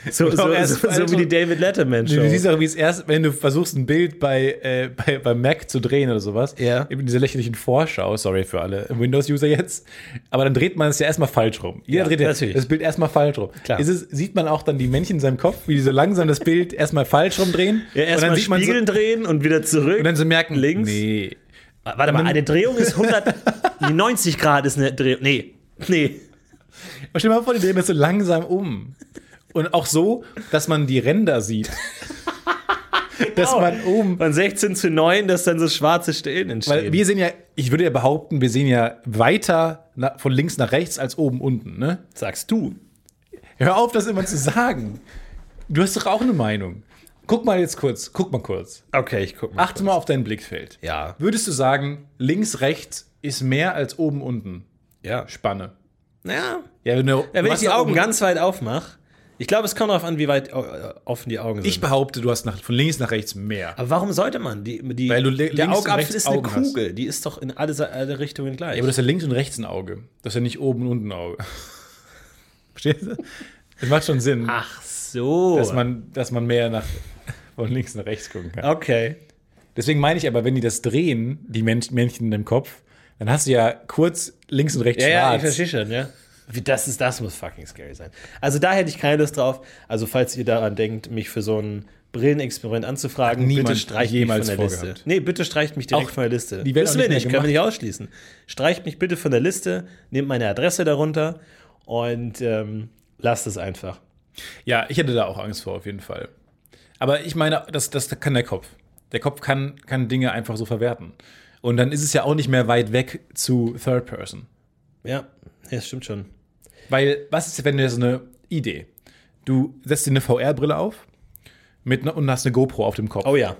B: So, so,
A: glaub,
B: so,
A: erst-
B: so, wie die David Letterman Show.
A: Du siehst auch, wie es erst, wenn du versuchst, ein Bild bei, äh, bei, bei Mac zu drehen oder sowas,
B: Ja.
A: eben diese lächerlichen Vorschau, sorry für alle Windows-User jetzt, aber dann dreht man es ja erstmal falsch rum. Jeder
B: Ja,
A: dreht ja
B: natürlich.
A: das Bild erstmal falsch rum.
B: Klar.
A: Ist es, sieht man auch dann die Männchen in seinem Kopf, wie die so langsam das Bild erstmal falsch rumdrehen
B: ja, erstmal
A: so,
B: Spiegeln
A: und
B: drehen und wieder zurück.
A: dann so merken,
B: links.
A: nee. (laughs)
B: Warte mal, eine Drehung ist 100. die 90 Grad ist eine Drehung. Nee, nee.
A: Aber stell dir mal vor, die drehen das so langsam um. Und auch so, dass man die Ränder sieht.
B: (laughs)
A: Dass man um oben.
B: Von 16 zu 9, dass dann so schwarze Stellen entstehen.
A: Weil wir sehen ja, ich würde ja behaupten, wir sehen ja weiter na, von links nach rechts als oben unten, ne?
B: Sagst du.
A: Hör auf, das immer zu sagen. Du hast doch auch eine Meinung. Guck mal jetzt kurz, guck mal kurz.
B: Okay, ich guck mal.
A: Achte mal auf dein Blickfeld.
B: Ja.
A: Würdest du sagen, links, rechts ist mehr als oben, unten?
B: Ja.
A: Spanne.
B: Ja.
A: Ja, wenn, du,
B: Ja,
A: du
B: wenn ich
A: hast
B: die
A: nach
B: Augen
A: oben-
B: ganz weit aufmache. Ich glaube, es kommt darauf an, wie weit äh, offen die Augen sind.
A: Ich behaupte, du hast nach, von links nach rechts mehr.
B: aber warum sollte man? Die, die,
A: Weil du li-
B: der
A: links und
B: Augapfel
A: rechts
B: ist eine
A: Augen hast.
B: Kugel. Die ist doch in alle, Se- alle Richtungen gleich.
A: Ja, aber das ist ja links und rechts ein Auge. Das ist ja nicht oben und unten ein Auge. (laughs) Verstehst du? Das macht schon Sinn,
B: Ach so.
A: dass, man, dass man mehr nach, von links nach rechts gucken kann.
B: okay.
A: Deswegen meine ich aber, wenn die das drehen, die Mensch, Männchen im Kopf, dann hast du ja kurz links und rechts
B: Ja, ja, ich
A: schwarz.
B: verstehe schon, ja. Wie, das, ist, das muss fucking scary sein. Also da hätte ich keine Lust drauf. Also falls ihr daran denkt, mich für so ein Brillenexperiment anzufragen,
A: Hat niemand
B: bitte streicht mich von
A: jemals
B: der Liste.
A: vorgehabt.
B: Nee, bitte streicht mich direkt
A: Auch
B: von der Liste.
A: die werden
B: Wissen
A: auch
B: wir
A: nicht mehr
B: nicht, können wir nicht ausschließen. Streicht mich bitte von der Liste, nehmt meine Adresse darunter und ähm, lasst es einfach.
A: ja, ich hätte da auch Angst vor, auf jeden Fall. Aber ich meine, das, das kann der Kopf. Der Kopf kann, kann Dinge einfach so verwerten. Und dann ist es ja auch nicht mehr weit weg zu Third Person.
B: Ja, nee, das stimmt schon.
A: Weil, was ist, wenn du so eine Idee? Du setzt dir eine VR-Brille auf mit, ne- und hast eine GoPro auf dem Kopf.
B: Oh ja.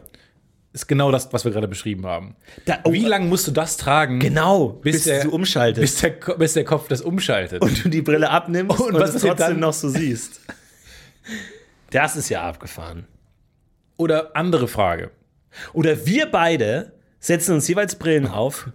A: Ist genau das, was wir gerade beschrieben haben.
B: Da- oh,
A: Wie lange musst du das tragen?
B: Genau, bis,
A: bis der-
B: du umschaltest.
A: Bis der, Ko- bis der Kopf das umschaltet.
B: und du die Brille abnimmst und,
A: Und was
B: es
A: passiert
B: trotzdem
A: dann?
B: noch so siehst. Das ist ja abgefahren.
A: Oder andere Frage.
B: Oder wir beide setzen uns jeweils Brillen auf.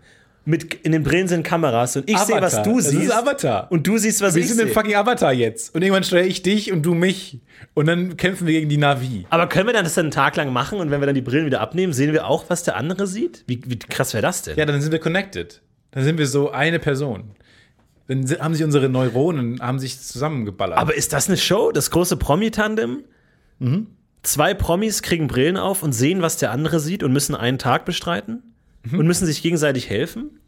B: Mit, in den Brillen sind Kameras und ich sehe, was
A: Avatar.
B: du
A: Das ist
B: siehst.
A: Avatar.
B: Und du siehst, was
A: Wir
B: ich
A: sind im
B: sehe.
A: fucking Avatar jetzt. Und irgendwann steuere ich dich und du mich. Und dann kämpfen wir gegen die Navi.
B: Aber können wir dann das dann einen Tag lang machen und wenn wir dann die Brillen wieder abnehmen, sehen wir auch, was der andere sieht? Wie, wie krass wäre das denn?
A: Ja, dann sind wir connected. Dann sind wir so eine Person. Dann si- haben sich unsere Neuronen haben sich zusammengeballert.
B: Aber ist das eine Show? Das große Promi-Tandem? Mhm. Zwei Promis kriegen Brillen auf und sehen, was der andere sieht und müssen einen Tag bestreiten? Und müssen sich gegenseitig helfen?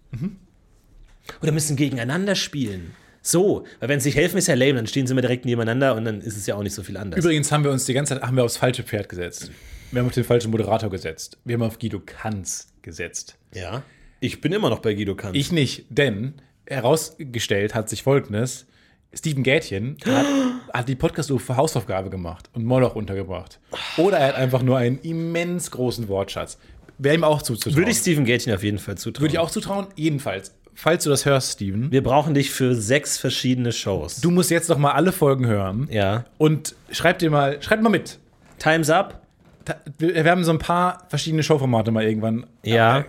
B: Oder müssen gegeneinander spielen? So, weil wenn sie sich helfen, ist ja lame, dann stehen sie immer direkt nebeneinander und dann ist es ja auch nicht so viel anders.
A: Übrigens haben wir uns die ganze Zeit haben wir aufs falsche Pferd gesetzt. Wir haben auf den falschen Moderator gesetzt. Wir haben auf Guido Kanz gesetzt.
B: ja. Ich bin immer noch bei Guido Kanz.
A: Ich nicht, denn herausgestellt hat sich Folgendes. Steven Gätchen hat, hat die Podcast-Hausaufgabe gemacht und Moloch untergebracht. Oder er hat einfach nur einen immens großen Wortschatz. Wäre ihm auch zuzutrauen.
B: Würde ich Steven Gätchen auf jeden Fall zutrauen.
A: Würde ich auch zutrauen? Jedenfalls. Falls du das hörst, Steven,
B: Wir brauchen dich für sechs verschiedene Shows.
A: du musst jetzt noch mal alle Folgen hören
B: Ja.
A: und schreib dir mal, schreib mal mit.
B: Time's up.
A: Ta- Wir wir haben so ein paar verschiedene Showformate mal irgendwann. äh,
B: Ja.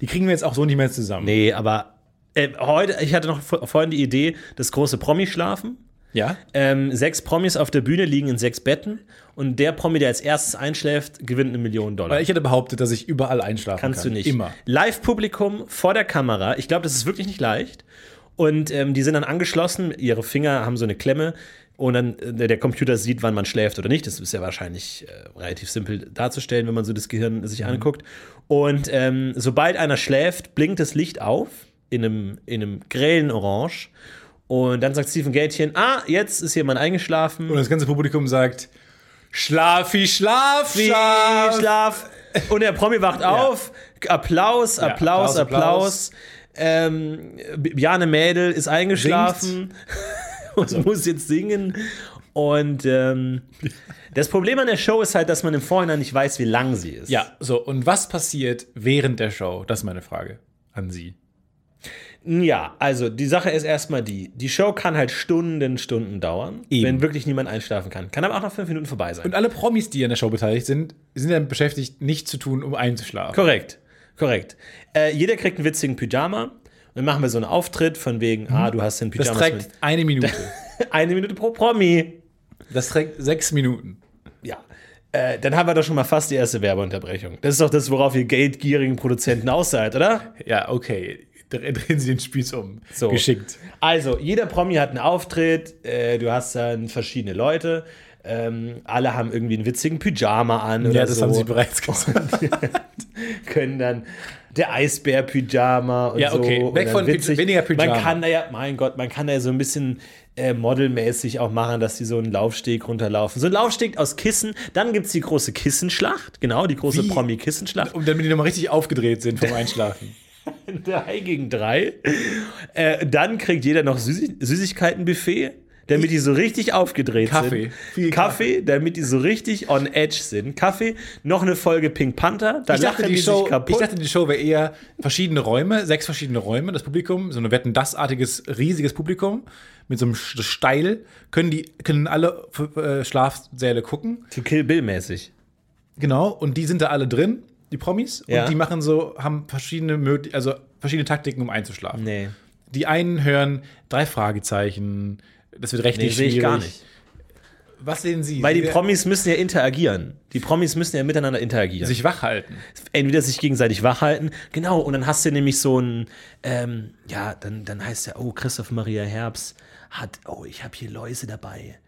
A: Die kriegen wir jetzt auch so nicht mehr zusammen.
B: Nee, aber äh, heute, ich hatte noch vor, vorhin die Idee, das große Promi-Schlafen.
A: Ja?
B: Ähm, sechs Promis auf der Bühne liegen in sechs Betten und der Promi, der als erstes einschläft, gewinnt eine Million Dollar.
A: Weil ich hätte behauptet, dass ich überall einschlafen
B: Kannst
A: kann.
B: du nicht.
A: Immer.
B: Live-Publikum vor der Kamera. Ich glaube, das ist wirklich nicht leicht. Und ähm, die sind dann angeschlossen, ihre Finger haben so eine Klemme und dann äh, der Computer sieht, wann man schläft oder nicht. Das ist ja wahrscheinlich äh, relativ simpel darzustellen, wenn man so das Gehirn
A: Mhm.
B: sich anguckt. Und ähm, sobald einer schläft, blinkt das Licht auf in einem, in einem grellen Orange. Und dann sagt Stephen Gätchen, ah, jetzt ist jemand eingeschlafen.
A: Und das ganze Publikum sagt: Schlafi, Schlafi,
B: Schlaf. Schlaf. Und der Promi wacht auf. Applaus, Applaus,
A: Applaus,
B: Applaus.
A: Applaus.
B: Ähm, Bjane Mädel ist eingeschlafen (laughs) und muss jetzt singen. Und ähm, das Problem an der Show ist halt, dass man im Vorhinein nicht weiß, wie lang sie ist.
A: Ja, so. Und was passiert während der Show? Das ist meine Frage an Sie.
B: Ja, also die Sache ist erstmal die: Die Show kann halt Stunden, Stunden dauern,
A: Eben.
B: wenn wirklich niemand einschlafen kann. Kann aber auch nach fünf Minuten vorbei sein.
A: Und alle Promis, die an der Show beteiligt sind, sind dann beschäftigt, nichts zu tun, um einzuschlafen.
B: Korrekt, korrekt. Äh, jeder kriegt einen witzigen Pyjama. Und dann machen wir so einen Auftritt von wegen, ah, du hast den
A: Mhm. Das
B: Pyjama.
A: trägt eine Minute.
B: (laughs) Eine Minute pro Promi.
A: (laughs) Das trägt sechs Minuten.
B: Ja. Äh, dann haben wir doch schon mal fast die erste Werbeunterbrechung. Das ist doch das, worauf ihr geldgierigen Produzenten aus seid, oder?
A: Ja, okay. Dre- Drehen Sie den Spieß um.
B: So.
A: Geschickt.
B: Also, jeder Promi hat einen Auftritt. Äh, du hast dann verschiedene Leute. Ähm, alle haben irgendwie einen witzigen Pyjama an oder
A: Ja, das
B: so.
A: haben sie bereits (laughs) gesagt.
B: können dann der Eisbär-Pyjama und
A: Ja, okay.
B: so. und
A: Weg
B: dann
A: von Py- weniger Pyjama.
B: Man kann da ja, mein Gott, man kann da ja so ein bisschen äh, modelmäßig auch machen, dass die so einen Laufsteg runterlaufen. So ein Laufsteg aus Kissen. Dann gibt es die große Kissenschlacht. Genau, die große
A: Wie? (laughs)
B: Promi-Kissenschlacht.
A: Und Um, damit die nochmal richtig aufgedreht sind vom Einschlafen.
B: Drei gegen drei. Äh, dann kriegt jeder noch Süßi Süßigkeitenbuffet. Damit die so richtig aufgedreht
A: Kaffee.
B: sind.
A: Viel
B: Kaffee. damit die so richtig on edge sind. Kaffee, noch eine Folge Pink Panther. Da
A: Ich dachte,
B: lachen die,
A: die Show,
B: sich kaputt.
A: ich dachte, die Show wäre eher verschiedene Räume, sechs verschiedene Räume, das Publikum, so ein wetten artiges riesiges Publikum mit so einem Sch- Steil, können die können alle äh, Schlafsäle gucken.
B: To Kill Bill mäßig.
A: Genau, und die sind da alle drin, die Promis
B: Ja.
A: und die machen so haben verschiedene möglich also verschiedene Taktiken um einzuschlafen.
B: Nee.
A: Die einen hören drei Fragezeichen, das wird rechtlich
B: Nee, sehe
A: schwierig.
B: ich gar nicht.
A: Was sehen Sie?
B: Weil die
A: Sie
B: Promis müssen ja interagieren. Die Promis müssen ja miteinander interagieren.
A: sich wach halten.
B: Entweder sich gegenseitig wach halten, genau, und dann hast du nämlich so ein, ähm, ja, dann, dann heißt ja, oh, Christoph Maria Herbst hat, oh, ich habe hier Läuse dabei.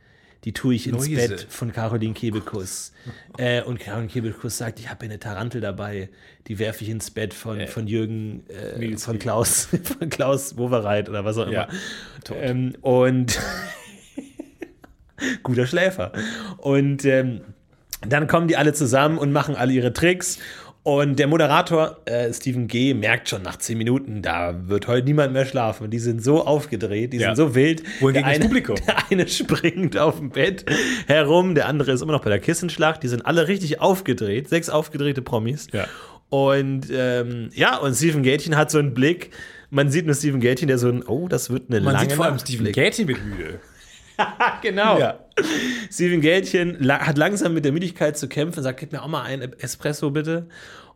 B: Die tue ich ins
A: Läuse.
B: Bett von Caroline Kebekus. äh, und Caroline Kebekus sagt, ich habe hier eine Tarantel dabei. Die werfe ich ins Bett von, von Jürgen, äh, von Klaus, (laughs) von Klaus Wowereit oder was auch immer.
A: Ja.
B: Ähm, und guter Schläfer. Und ähm, dann kommen die alle zusammen und machen alle ihre Tricks. Und der Moderator, äh, Stephen G., merkt schon nach 10 Minuten, da wird heute niemand mehr schlafen. Die sind so aufgedreht, die
A: Ja.
B: sind so wild.
A: Wohingegen
B: der
A: das
B: eine,
A: Publikum.
B: (laughs) Der eine springt auf dem Bett herum, der andere ist immer noch bei der Kissenschlacht. Die sind alle richtig aufgedreht, sechs aufgedrehte Promis.
A: Ja.
B: Und ähm, ja, und Stephen Gätchen hat so einen Blick. Man sieht nur Stephen Gätchen, der so ein, oh, das wird eine
A: Man
B: lange
A: sieht vor allem
B: Nacht
A: Stephen
B: blickt.
A: Gaty mit müde.
B: (laughs) Genau.
A: Ja.
B: Steven Gätchen la hat langsam mit der Müdigkeit zu kämpfen, sagt, gib mir auch mal einen Espresso bitte.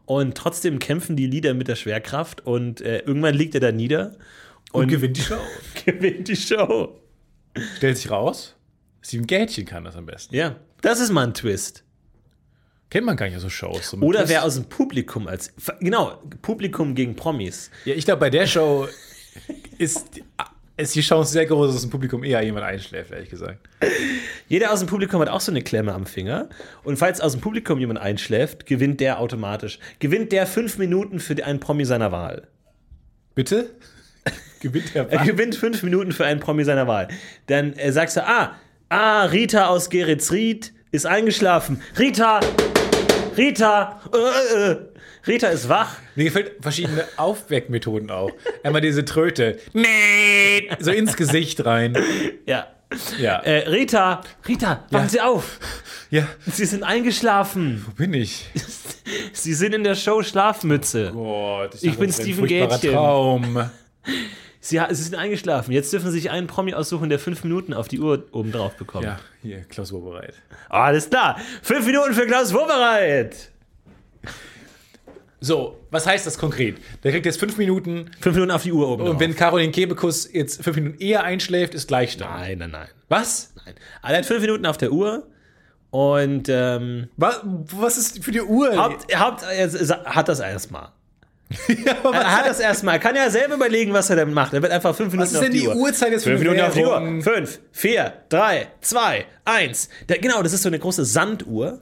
B: Und trotzdem kämpfen die Lieder mit der Schwerkraft und äh, irgendwann liegt er da nieder
A: Und, gewinnt die Show.
B: (laughs) gewinnt die Show.
A: Stellt sich raus, Steven Gätchen kann das am besten.
B: Ja, das ist mal ein Twist.
A: Kennt man gar nicht aus so Shows. So mit
B: Oder
A: Twist.
B: wer aus dem Publikum als, genau, Publikum gegen Promis.
A: Ja, ich glaube, bei der Show ist, ist die Chance sehr groß, dass im Publikum eher jemand einschläft, ehrlich gesagt.
B: Jeder aus dem Publikum hat auch so eine Klemme am Finger. Und falls aus dem Publikum jemand einschläft, gewinnt der automatisch. Gewinnt der fünf Minuten für einen Promi seiner Wahl.
A: Bitte? (laughs) Gewinnt der
B: Er
A: Wahl?
B: gewinnt fünf Minuten für einen Promi seiner Wahl. Dann äh, sagst du, ah, ah, Rita aus Geretsried ist eingeschlafen. Rita, Rita, äh, äh. Rita ist wach.
A: Mir gefällt verschiedene Aufweckmethoden auch. Einmal diese Tröte. Nee! So ins Gesicht rein.
B: Ja.
A: Ja.
B: Äh, Rita, Rita, wachen Sie auf.
A: Ja,
B: Sie sind eingeschlafen.
A: wo bin ich?
B: Sie sind in der Show Schlafmütze.
A: Gott,
B: Ich
A: dachte,
B: bin
A: das wäre ein
B: Stephen
A: furchtbarer
B: Gätchen.
A: Traum.
B: Sie, ha- Sie sind eingeschlafen. Jetzt dürfen Sie sich einen Promi aussuchen, der fünf Minuten auf die Uhr oben drauf bekommt.
A: Ja, hier, Klaus Wobereit.
B: Alles klar. Fünf Minuten für Klaus Wobereit.
A: So, was heißt das konkret? Der kriegt jetzt fünf Minuten
B: Fünf Minuten auf die Uhr oben
A: und
B: drauf.
A: wenn Caroline Kebekus jetzt fünf Minuten eher einschläft, ist Gleichstand.
B: Nein, nein, nein.
A: Was?
B: Nein. Aber er hat fünf Minuten auf der Uhr. Und ähm,
A: Wa- Was ist für die Uhr?
B: Haupt, Haupt er sa- hat das erstmal.
A: (laughs) Ja, aber was
B: Er hat das erstmal. Er kann ja selber überlegen, was er damit macht. Er wird einfach fünf Minuten
A: Was ist
B: auf
A: denn
B: die,
A: die
B: Uhr.
A: Uhrzeit jetzt für
B: Fünf
A: eine
B: Minuten auf die Uhr.
A: Werbung?
B: Fünf, vier, drei, zwei, eins. Da, genau, das ist so eine große Sanduhr.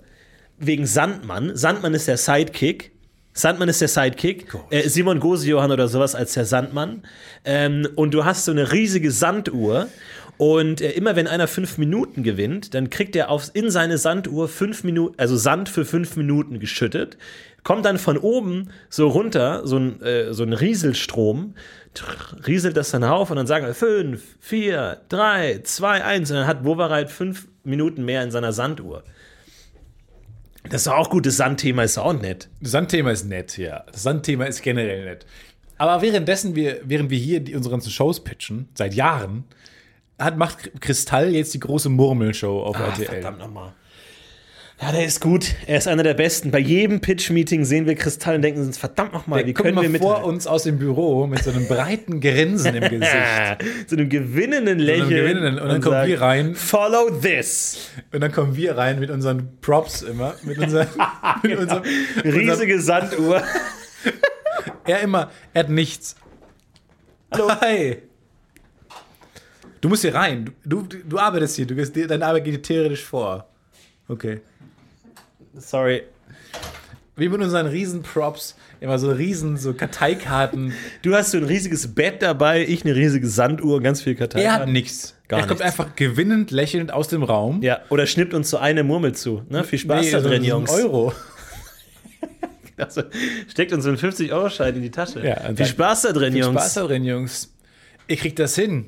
B: Wegen Sandmann. Sandmann ist der Sidekick. Sandmann ist der Sidekick. Äh, Simon Gosejohann oder sowas als der Sandmann. Ähm, und du hast so eine riesige Sanduhr. Und äh, immer wenn einer fünf Minuten gewinnt, dann kriegt er aufs, in seine Sanduhr fünf Minuten, also Sand für fünf Minuten geschüttet. Kommt dann von oben so runter, so ein, äh, so ein Rieselstrom, tr- rieselt das dann auf und dann sagen wir fünf, vier, drei, zwei, eins. Und dann hat Wovereit fünf Minuten mehr in seiner Sanduhr. Das ist doch auch gut, das Sandthema ist doch auch nett.
A: Das Sandthema ist nett, ja. Das Sandthema ist generell nett. Aber währenddessen wir, während wir hier die, unsere ganzen Shows pitchen, seit Jahren, hat, macht Kristall jetzt die große Murmelshow auf RTL.
B: Verdammt nochmal. Ja, der ist gut. Er ist einer der Besten. Bei jedem Pitch-Meeting sehen wir Kristall und denken uns, verdammt nochmal,
A: Wir
B: wie
A: kommen
B: können
A: mal
B: wir mit. (laughs)
A: vor oh, uns aus dem Büro mit so einem breiten Grinsen (laughs) im Gesicht.
B: so einem gewinnenden Lächeln.
A: gewinnenden. Und dann kommen
B: sagen,
A: wir rein.
B: Follow this.
A: Und dann kommen wir rein mit unseren Props immer, (laughs) mit unseren, mit unserem, unserem,
B: Riesige Sanduhr. (laughs)
A: er immer, er hat nichts. Hallo. Hi. Du musst hier rein. Du, du, du arbeitest hier. Du gehst, deine Arbeit geht dir theoretisch vor. Okay.
B: Sorry.
A: Wie mit unseren riesen Props. Immer so riesen so Karteikarten.
B: Du hast so ein riesiges Bett dabei, ich eine riesige Sanduhr und ganz viel Kartei.
A: Er hat nichts.
B: Gar
A: er kommt
B: nichts.
A: einfach gewinnend lächelnd aus dem Raum.
B: Ja, oder schnippt uns so eine Murmel zu. Ne? Viel Spaß da
A: so
B: drin,
A: so einen
B: Jungs.
A: Euro.
B: Also, steckt uns so einen 50-Euro-Schein in die Tasche.
A: Ja,
B: Viel
A: und dann-
B: Spaß da drin,
A: Viel
B: Jungs.
A: Spaß da drin, Jungs. Ihr kriegt das hin.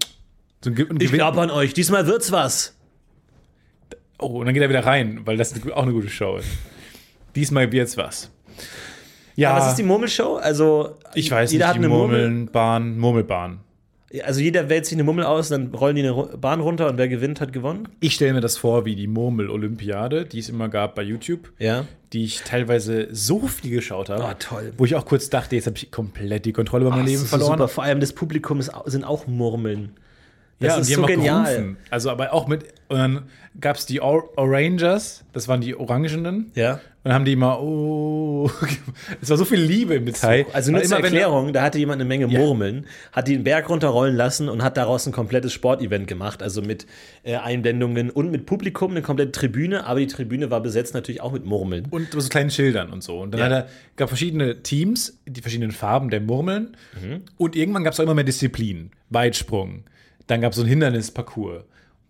A: So ein Ge- ein
B: ich
A: Gewinn-
B: glaube an euch, diesmal wird's was.
A: Oh, und dann geht er wieder rein, weil das auch eine gute Show ist. Diesmal wird's was. Ja,
B: Was ist die Murmelshow? Also,
A: ich weiß
B: jeder
A: nicht,
B: hat
A: die
B: eine Murmel.
A: Murmelbahn, Murmelbahn.
B: Also, jeder wählt sich eine Murmel aus, dann rollen die eine Ru- Bahn runter und wer gewinnt, hat gewonnen.
A: Ich stelle mir das vor wie die Murmel-Olympiade, die es immer gab bei YouTube,
B: Ja.
A: die ich teilweise so viel geschaut habe.
B: Oh, toll.
A: Wo ich auch kurz dachte, jetzt habe ich komplett die Kontrolle über mein
B: Das
A: Leben
B: ist so
A: verloren.
B: Super. Vor allem das Publikum ist, au- sind auch Murmeln. Das
A: und
B: ist
A: die
B: so
A: haben auch
B: genial.
A: gerufen. Also, aber auch mit, und dann gab es die Or Orangers, das waren die Orangenen.
B: Ja.
A: Und dann haben die immer, oh, (laughs) es war so viel Liebe im Detail.
B: Also nur
A: Weil
B: zur
A: immer, wenn-
B: Erklärung, da hatte jemand eine Menge Murmeln, hat die den Berg runterrollen lassen und hat daraus ein komplettes Sportevent gemacht, also mit äh, Einblendungen und mit Publikum, eine komplette Tribüne, aber die Tribüne war besetzt natürlich auch mit Murmeln.
A: und so kleinen Schildern und so. Und dann
B: Ja.
A: hat er, gab es verschiedene Teams, die verschiedenen Farben der Murmeln.
B: Mhm.
A: Und irgendwann gab es auch immer mehr Disziplinen. Weitsprung. Dann gab es so einen Hindernisparcours.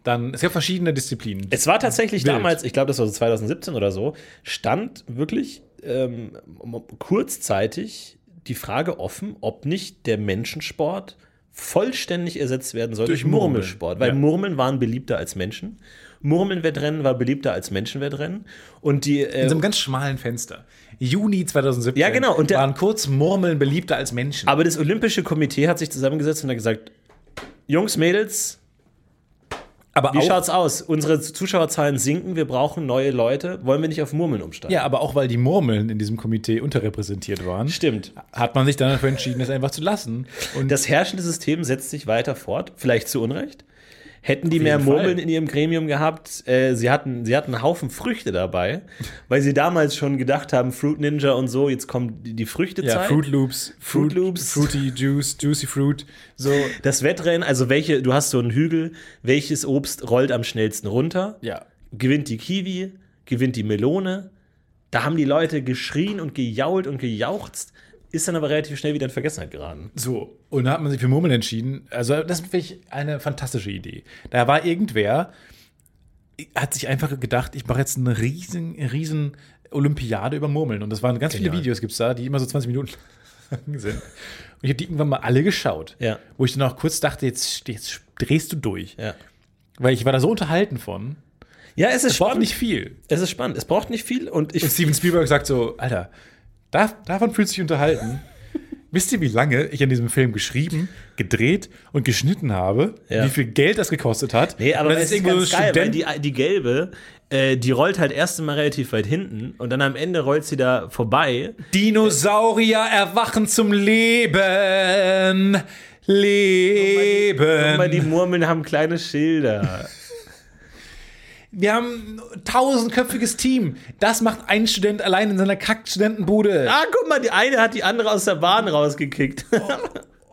A: Dann, es gab verschiedene Disziplinen.
B: Es war tatsächlich
A: Wild.
B: damals, ich glaube, das war so 2017 oder so, stand wirklich ähm, m- kurzzeitig die Frage offen, ob nicht der Menschensport vollständig ersetzt werden soll durch,
A: Durch Murmeln.
B: Murmelsport, weil
A: Ja.
B: Murmeln waren beliebter als Menschen. Murmelwettrennen war beliebter als Menschenwettrennen und die
A: in
B: äh,
A: so einem ganz schmalen Fenster. Juni 2017
B: Ja, genau. Und der-
A: waren kurz Murmeln beliebter als Menschen.
B: Aber das Olympische Komitee hat sich zusammengesetzt und hat gesagt: Jungs, Mädels,
A: Aber
B: wie schaut's aus? Unsere Zuschauerzahlen sinken, wir brauchen neue Leute, wollen wir nicht auf Murmeln umsteigen?
A: ja, aber auch weil die Murmeln in diesem Komitee unterrepräsentiert waren,
B: Stimmt.
A: hat man sich dann dafür entschieden, das einfach zu lassen. Und
B: Das herrschende System setzt sich weiter fort, vielleicht zu Unrecht. Hätten die mehr
A: jeden Fall.
B: Murmeln in ihrem Gremium gehabt, äh, sie, hatten, sie hatten einen Haufen Früchte dabei, weil sie damals schon gedacht haben, Fruit Ninja und so, jetzt kommen die, die Früchtezeit.
A: ja, Fruit Loops,
B: Fruit
A: Fruit,
B: Loops.
A: Fruity Juice, Juicy Fruit, so
B: Das Wettrennen, also welche, du hast so einen Hügel, welches Obst rollt am schnellsten runter?
A: ja,
B: gewinnt die Kiwi, gewinnt die Melone. Da haben die Leute geschrien und gejault und gejauchzt, ist dann aber relativ schnell wieder in Vergessenheit geraten.
A: So, und da hat man sich für Murmeln entschieden. Also, das ist wirklich eine fantastische Idee. Da war irgendwer, hat sich einfach gedacht, ich mache jetzt eine riesen, riesen Olympiade über Murmeln. Und das waren ganz
B: Genial.
A: viele Videos, gibt es da, die immer so 20 Minuten (laughs) lang sind. Und ich habe die irgendwann mal alle geschaut.
B: Ja.
A: Wo ich dann auch kurz dachte, jetzt, jetzt drehst du durch.
B: Ja,
A: Weil ich war da so unterhalten von.
B: ja es ist
A: War
B: spannend.
A: nicht viel.
B: es ist spannend. Es braucht nicht viel und ich.
A: Und Steven Spielberg sagt so, Alter, da, davon fühlst du dich unterhalten. Wisst ihr, wie lange ich an diesem Film geschrieben, gedreht und geschnitten habe?
B: Ja.
A: Wie viel Geld das gekostet hat?
B: Nee, aber
A: Und
B: das ist ganz
A: so
B: geil, weil
A: Student-
B: die, die gelbe, äh, die rollt halt erst einmal relativ weit hinten und dann am Ende rollt sie da vorbei.
A: Dinosaurier erwachen zum Leben.
B: Guck mal, die
A: Leben.
B: Murmeln haben kleine
A: (laughs)
B: Schilder.
A: Wir haben ein tausendköpfiges Team. Das macht ein Student allein in seiner Kackstudentenbude.
B: ah, guck mal, die eine hat die andere aus der Bahn rausgekickt.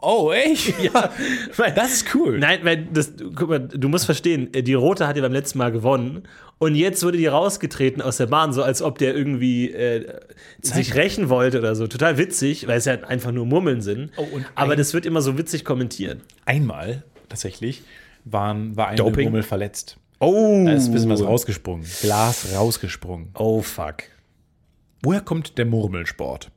A: Oh, (laughs) echt?
B: Ja, (laughs) weil,
A: Das ist cool.
B: Nein, weil das, guck mal, du musst verstehen, äh, die Rote hat ja beim letzten Mal gewonnen und jetzt wurde die rausgetreten aus der Bahn, so als ob der irgendwie äh, sich rächen wollte oder so. Total witzig, weil es ja einfach nur Murmeln sind.
A: Oh, und
B: Aber
A: ein-
B: das wird immer so witzig kommentiert.
A: Einmal tatsächlich waren, war eine
B: Doping?
A: Murmel verletzt.
B: Oh,
A: Da ist ein bisschen was rausgesprungen. Glas rausgesprungen.
B: Oh, fuck.
A: Woher kommt der Murmelsport?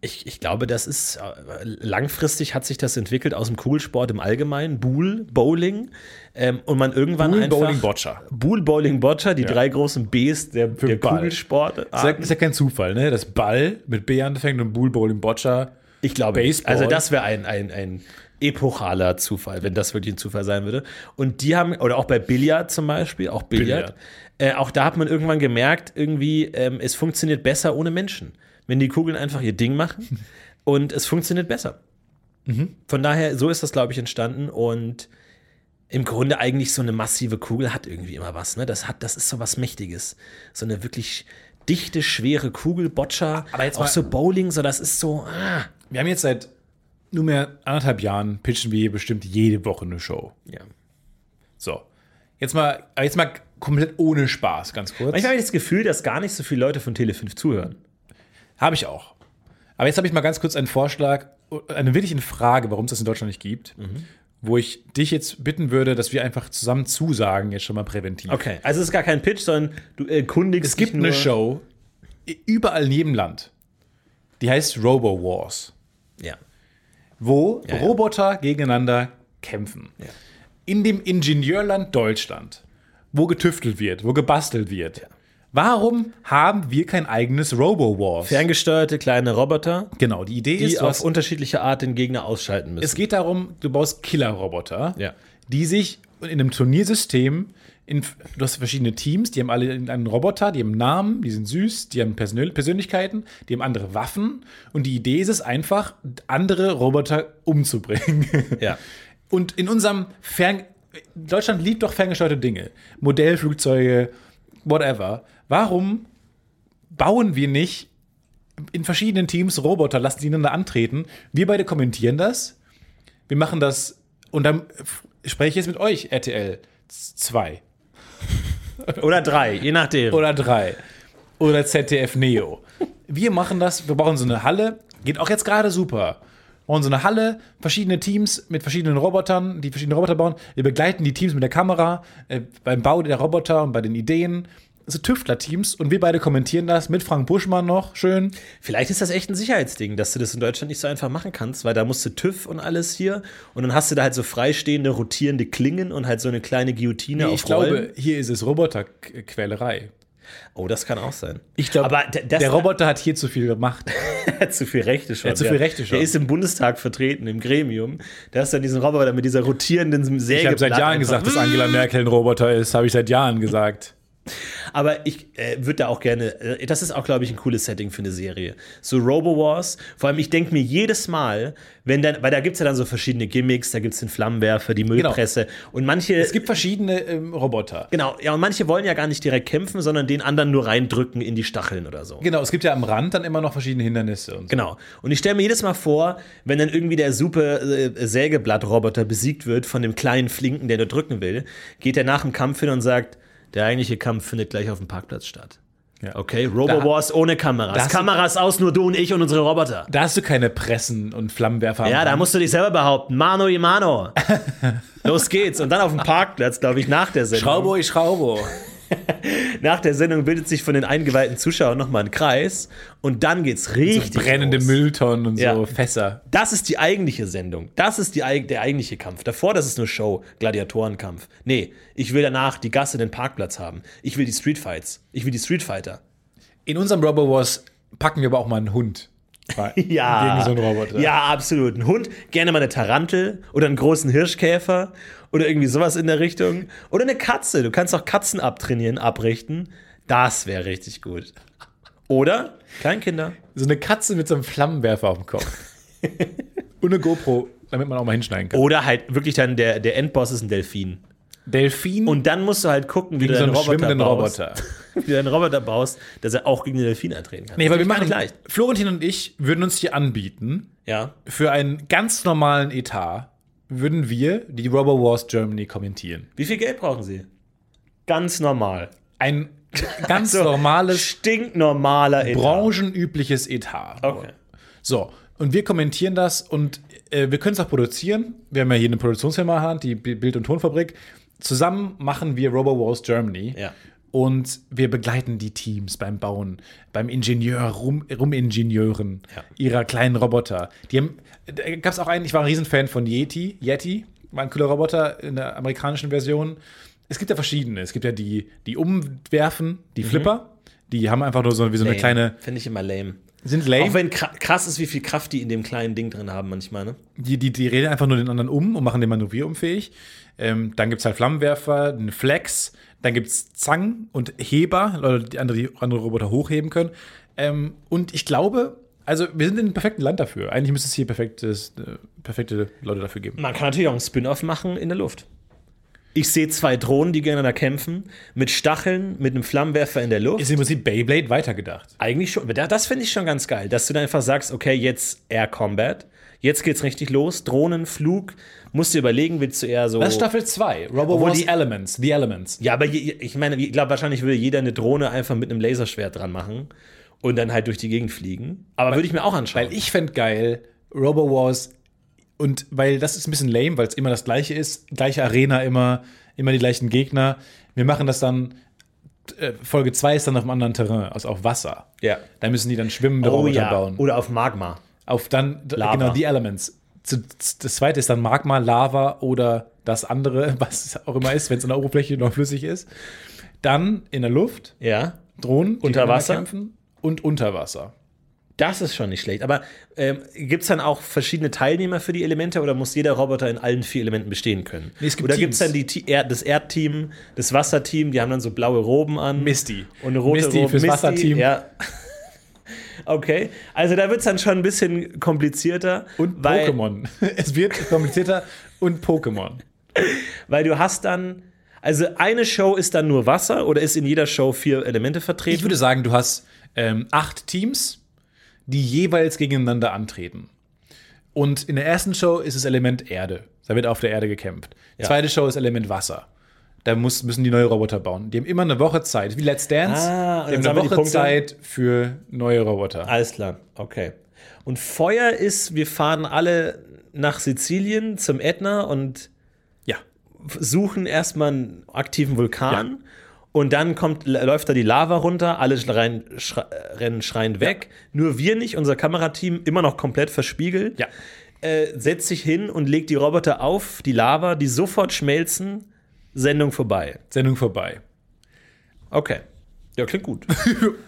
B: Ich, ich glaube, das ist äh, langfristig hat sich das entwickelt aus dem Kugelsport im Allgemeinen, Bool, Bowling, ähm, und man irgendwann
A: Bull,
B: einfach
A: Bowling, Boccia.
B: Bool, Bowling, Boccia, die drei großen Bs der, der
A: Ball.
B: Kugelsport.
A: Ist ja, ist ja kein Zufall, ne? Dass Ball mit B anfängt und Bull, Bowling, Boccia.
B: Ich glaube, nicht.
A: Baseball.
B: also das wäre ein, ein, ein epochaler Zufall, wenn das wirklich ein Zufall sein würde. Und die haben, oder auch bei Billard zum Beispiel, auch Billard, Äh, auch da hat man irgendwann gemerkt, irgendwie, ähm, es funktioniert besser ohne Menschen. Wenn die Kugeln einfach ihr Ding
A: (laughs)
B: machen und es funktioniert besser.
A: Mhm.
B: Von daher, so ist das, glaube ich, entstanden und im Grunde eigentlich so eine massive Kugel hat irgendwie immer was, ne? Das hat, das ist so was Mächtiges. So eine wirklich dichte, schwere Kugel, Boccia,
A: Aber jetzt
B: auch
A: mal-
B: so Bowling, so das ist so, ah.
A: Wir haben jetzt seit nunmehr anderthalb Jahren pitchen wir hier bestimmt jede Woche eine Show.
B: Ja.
A: So. Jetzt mal, aber jetzt mal komplett ohne Spaß, ganz kurz.
B: Manchmal habe ich das Gefühl, dass gar nicht so viele Leute von Tele5 zuhören.
A: Habe ich auch. Aber jetzt habe ich mal ganz kurz einen Vorschlag, eine wirkliche Frage, warum es das in Deutschland nicht gibt,
B: Mhm.
A: wo ich dich jetzt bitten würde, dass wir einfach zusammen zusagen, jetzt schon mal präventiv.
B: Okay, also es ist gar kein Pitch, sondern du erkundigst
A: Es gibt
B: dich nur.
A: eine Show, überall in jedem Land, die heißt Robo Wars,
B: Ja.
A: wo
B: ja.
A: Roboter gegeneinander kämpfen. In dem Ingenieurland Deutschland, wo getüftelt wird, wo gebastelt wird. Warum haben wir kein eigenes Robo Wars?
B: Ferngesteuerte kleine Roboter,
A: genau, die Idee
B: die
A: ist, du
B: auf
A: hast
B: unterschiedliche Art den Gegner ausschalten müssen.
A: Es geht darum, du baust Killer-Roboter,
B: Ja.
A: die sich in einem Turniersystem, in, du hast verschiedene Teams, die haben alle einen Roboter, die haben Namen, die sind süß, die haben Persönl Persönlichkeiten, die haben andere Waffen. Und die Idee ist es einfach, andere Roboter umzubringen.
B: ja.
A: Und in unserem Fern. Deutschland liebt doch ferngesteuerte Dinge. Modellflugzeuge, whatever. Warum bauen wir nicht in verschiedenen Teams Roboter, lassen die einander antreten? Wir beide kommentieren das. Wir machen das. Und dann f- spreche ich jetzt mit euch, RTL 2
B: Oder drei, je nachdem.
A: oder 3 oder ZDF Neo. Wir machen das, wir brauchen so eine Halle, geht auch jetzt gerade super. Wir brauchen so eine Halle, verschiedene Teams mit verschiedenen Robotern, die verschiedene Roboter bauen. Wir begleiten die Teams mit der Kamera äh, beim Bau der Roboter und bei den Ideen. So Tüftler-Teams und wir beide kommentieren das mit Frank Buschmann noch schön.
B: Vielleicht ist das echt ein Sicherheitsding, dass du das in Deutschland nicht so einfach machen kannst, weil da musst du TÜV und alles hier und dann hast du da halt so freistehende, rotierende Klingen und halt so eine kleine Guillotine auf
A: ich glaube,
B: Rollen.
A: hier ist es Roboterquälerei.
B: Oh, das kann auch sein.
A: Ich glaube,
B: aber d- das
A: der Roboter hat hier zu viel gemacht.
B: hat (laughs) zu viel Rechte schon.
A: Er hat zu viel Rechte schon.
B: Der ist im Bundestag vertreten, im Gremium. Da ist dann diesen Roboter mit dieser rotierenden Säge.
A: Ich habe seit Jahren gesagt, dass Angela Merkel ein Roboter ist. Habe ich seit Jahren gesagt.
B: Aber ich äh, würde da auch gerne, äh, das ist auch, glaube ich, ein cooles Setting für eine Serie. So Robo-Wars, vor allem ich denke mir jedes Mal, wenn dann, weil da gibt es ja dann so verschiedene Gimmicks, da gibt es den Flammenwerfer, die Müllpresse und manche.
A: Genau. Es gibt verschiedene ähm, Roboter.
B: Genau, ja, und manche wollen ja gar nicht direkt kämpfen, sondern den anderen nur reindrücken in die Stacheln oder so.
A: Genau, es gibt ja am Rand dann immer noch verschiedene Hindernisse und so.
B: Genau. Und ich stelle mir jedes Mal vor, wenn dann irgendwie der super äh, Sägeblatt-Roboter besiegt wird von dem kleinen Flinken, der nur drücken will, geht er nach dem Kampf hin und sagt, der eigentliche Kampf findet gleich auf dem Parkplatz statt.
A: Ja.
B: Okay, Robo-Wars ohne Kameras.
A: das-
B: Kameras aus, nur du und ich und unsere Roboter.
A: Da hast du keine Pressen und Flammenwerfer. am
B: Ja, da
A: Rand.
B: musst du dich selber behaupten. Mano y
A: (laughs)
B: mano. Los geht's. Und dann auf dem Parkplatz, glaube ich, nach der Sendung.
A: Schraubo, ich Schraubo.
B: Nach der Sendung bildet sich von den eingeweihten Zuschauern nochmal ein Kreis. Und dann geht's richtig.
A: Brennende
B: los.
A: Mülltonnen und
B: Ja.
A: so, Fässer.
B: Das ist die eigentliche Sendung. Das ist die, eig- der eigentliche Kampf. Davor, das ist nur Show, Gladiatorenkampf. Nee, ich will danach die Gasse, den Parkplatz haben. Ich will die Streetfights. Ich will die Streetfighter.
A: In unserem Robo Wars packen wir aber auch mal einen Hund.
B: (laughs) Ja.
A: Gegen so einen Roboter.
B: Ja, absolut. Ein Hund, gerne mal eine Tarantel oder einen großen Hirschkäfer oder irgendwie sowas in der Richtung. Oder eine Katze. Du kannst auch Katzen abtrainieren, abrichten. Das wäre richtig gut. Oder? Kleinkinder.
A: So eine Katze mit so einem Flammenwerfer auf
B: (laughs)
A: dem Kopf. und eine GoPro, damit man auch mal hinschneiden kann.
B: Oder halt wirklich dann der, der Endboss ist ein Delfin.
A: Delfin
B: Und dann musst du halt gucken, wie du
A: gegen so
B: deinen
A: einen
B: Roboter
A: schwimmenden
B: baust.
A: Roboter.
B: (laughs) wie du einen Roboter baust, dass er auch gegen den Delfin antreten kann.
A: Nee, weil wir
B: Das
A: machen
B: ist gar
A: gleich.
B: nicht leicht.
A: Florentin und ich würden uns hier anbieten,
B: Ja.
A: für einen ganz normalen Etat würden wir die Robo Wars Germany kommentieren.
B: Wie viel Geld brauchen Sie? Ganz normal.
A: Ein ganz
B: So,
A: normales
B: Stinknormaler Etat.
A: branchenübliches Etat.
B: Okay.
A: So, und wir kommentieren das und äh, wir können es auch produzieren. Wir haben ja hier eine Produktionsfirma in der Hand, die B- Bild- und Tonfabrik. Zusammen machen wir Robo Wars Germany.
B: Ja.
A: Und wir begleiten die Teams beim Bauen, beim Ingenieur, rum, Rumingenieuren
B: Ja.
A: ihrer kleinen Roboter. Die haben, da gab es auch einen, ich war ein Riesenfan von Yeti. Yeti war ein cooler Roboter in der amerikanischen Version. Es gibt ja verschiedene. Es gibt ja die, die umwerfen,
B: Mhm.
A: die Flipper. Die haben einfach nur so, wie so eine kleine,
B: Finde ich immer lame.
A: sind lame.
B: Auch wenn kra- krass ist, wie viel Kraft die in dem kleinen Ding drin haben, manchmal, ne?
A: Die, die, die reden einfach nur den anderen um und machen den manövrierunfähig. Ähm, dann gibt es halt Flammenwerfer, einen Flex, dann gibt es Zangen und Heber, Leute, die andere, die andere Roboter hochheben können. Ähm, und ich glaube, also wir sind in einem perfekten Land dafür. Eigentlich müsste es hier perfektes, äh, perfekte Leute dafür geben.
B: Man kann natürlich auch einen Spin-off machen in der Luft. Ich sehe zwei Drohnen, die gegeneinander kämpfen, mit Stacheln, mit einem Flammenwerfer in der Luft.
A: Ist im Prinzip Beyblade weitergedacht.
B: Eigentlich schon, da- das finde ich schon ganz geil, dass du dann einfach sagst, okay, jetzt Air Combat, jetzt geht's richtig los, Drohnen, Flug, musst dir überlegen, willst du eher so.
A: Das ist Staffel 2. Robo
B: Obwohl
A: Wars
B: die-
A: Oh. Elements. The Elements.
B: ja, aber je- je- ich meine, ich glaube, wahrscheinlich würde jeder eine Drohne einfach mit einem Laserschwert dran machen und dann halt durch die Gegend fliegen. Aber würde ich mir auch anschauen.
A: Weil ich fände geil, Robo Wars und weil das ist ein bisschen lame, weil es immer das gleiche ist, gleiche Arena immer, immer die gleichen Gegner. Wir machen das dann, äh, Folge 2 ist dann auf einem anderen Terrain, also auf Wasser.
B: ja.
A: Da müssen die dann schwimmende
B: Oh
A: Roboter
B: ja.
A: bauen.
B: Oder auf Magma.
A: auf dann, d-
B: Lava.
A: genau, die Elements. Zu- z- Das zweite ist dann Magma, Lava oder das andere, (laughs) was es auch immer ist, wenn es an der Oberfläche noch flüssig ist. Dann in der Luft,
B: Ja.
A: Drohnen, die
B: Unter
A: miteinander
B: Wasser?
A: kämpfen und unter Wasser.
B: Das ist schon nicht schlecht. Aber ähm, gibt es dann auch verschiedene Teilnehmer für die Elemente oder muss jeder Roboter in allen vier Elementen bestehen können?
A: Nee, es gibt
B: oder gibt es
A: Teams.
B: dann die, Ti- Erd- das Erdteam, das Wasserteam, die haben dann so blaue Roben an.
A: Misty.
B: Und eine rote
A: Misty
B: Roben.
A: fürs Wasserteam.
B: Ja. (laughs) okay. Also da wird es dann schon ein bisschen komplizierter.
A: Und
B: weil,
A: Pokémon. (laughs) Es wird komplizierter und Pokémon.
B: Weil du hast dann. Also eine Show ist dann nur Wasser oder ist in jeder Show vier Elemente vertreten?
A: Ich würde sagen, du hast ähm, acht Teams, die jeweils gegeneinander antreten. Und in der ersten Show ist es Element Erde. Da wird auf der Erde gekämpft. Zweite Show ist Element Wasser. Da muss, müssen die neue Roboter bauen. Die haben immer eine Woche Zeit, wie Let's Dance.
B: Ah, und
A: die
B: dann
A: also haben eine
B: sammeln die
A: Woche
B: Punkte.
A: Zeit für neue Roboter.
B: Alles klar, okay. Und Feuer ist, wir fahren alle nach Sizilien zum Ätna und
A: Ja.
B: suchen erstmal einen aktiven Vulkan. Und dann kommt, l- läuft da die Lava runter, alle schreien, schre rennen schreiend weg. Nur wir nicht, unser Kamerateam immer noch komplett verspiegelt.
A: Ja.
B: Äh, setzt sich hin und legt die Roboter auf die Lava, die sofort schmelzen. Sendung vorbei.
A: Sendung vorbei.
B: Okay. Ja, klingt (laughs) gut.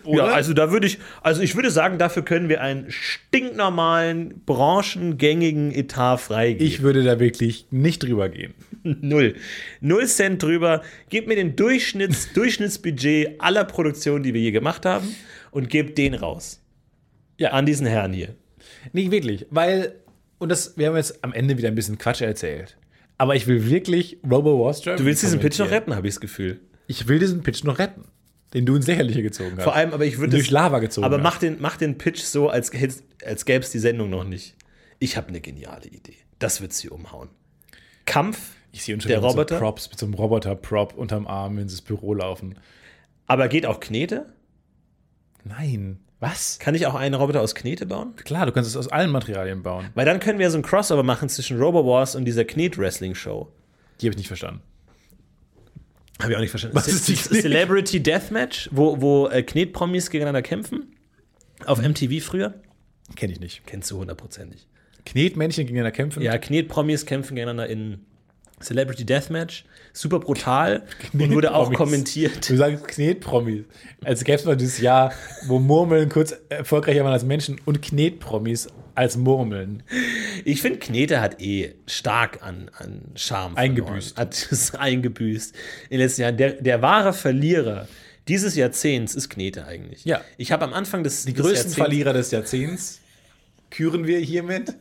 B: Ja, also da würde ich, also ich würde sagen, dafür können wir einen stinknormalen, branchengängigen Etat freigeben.
A: Ich würde da wirklich nicht drüber gehen.
B: (laughs) null. Null Cent drüber. Gebt mir den (laughs) Durchschnitts, Durchschnittsbudget aller Produktionen, die wir je gemacht haben, und gebt den raus.
A: Ja.
B: An diesen Herrn hier.
A: Nicht wirklich, weil, und das, wir haben jetzt am Ende wieder ein bisschen Quatsch erzählt. Aber ich will wirklich Robo Wars
B: Du willst diesen Pitch noch retten, habe ich das Gefühl.
A: Ich will diesen Pitch noch retten, den du ins Lächerliche gezogen hast.
B: Vor allem, aber ich würde
A: Durch
B: es-
A: Lava gezogen
B: Aber
A: hast.
B: mach den, mach den Pitch so, als, hätt's- als gäbe es die Sendung noch nicht. Ich habe eine geniale Idee. Das wird sie umhauen. Kampf.
A: ich sehe uns schon
B: der
A: wieder mit
B: Roboter?
A: So Props, mit so einem Roboter-Prop unterm Arm, wenn sie ins Büro laufen.
B: Aber geht auch Knete?
A: Nein. Was?
B: Kann ich auch einen Roboter aus Knete bauen?
A: Klar, du kannst es aus allen Materialien bauen.
B: Weil dann können wir so ein Crossover machen zwischen Robo-Wars und dieser Knet-Wrestling-Show.
A: Die habe ich nicht verstanden.
B: Habe ich auch nicht verstanden. Was
A: ist die Knet?
B: Celebrity Deathmatch, wo, wo äh, Knet-Promis gegeneinander kämpfen? Auf MTV früher?
A: Kenne ich nicht.
B: Kennst du hundertprozentig.
A: Knetmännchen gegeneinander kämpfen.
B: Ja, Knet-Promis kämpfen gegeneinander in Celebrity Deathmatch. Super brutal und wurde auch
A: Knet-Promis.
B: kommentiert.
A: Du sagst Knetpromis. Als gäbe es mal dieses Jahr, wo Murmeln kurz erfolgreicher waren als Menschen und Knetpromis als Murmeln.
B: Ich finde, Knete hat eh stark an, an Charme. verloren.
A: Eingebüßt.
B: Hat es (laughs) eingebüßt in den letzten Jahren. Der, der wahre Verlierer dieses Jahrzehnts ist Knete eigentlich.
A: Ja.
B: Ich habe am Anfang des.
A: Die
B: des
A: größten
B: Jahrzehnts-
A: Verlierer des Jahrzehnts küren wir hiermit.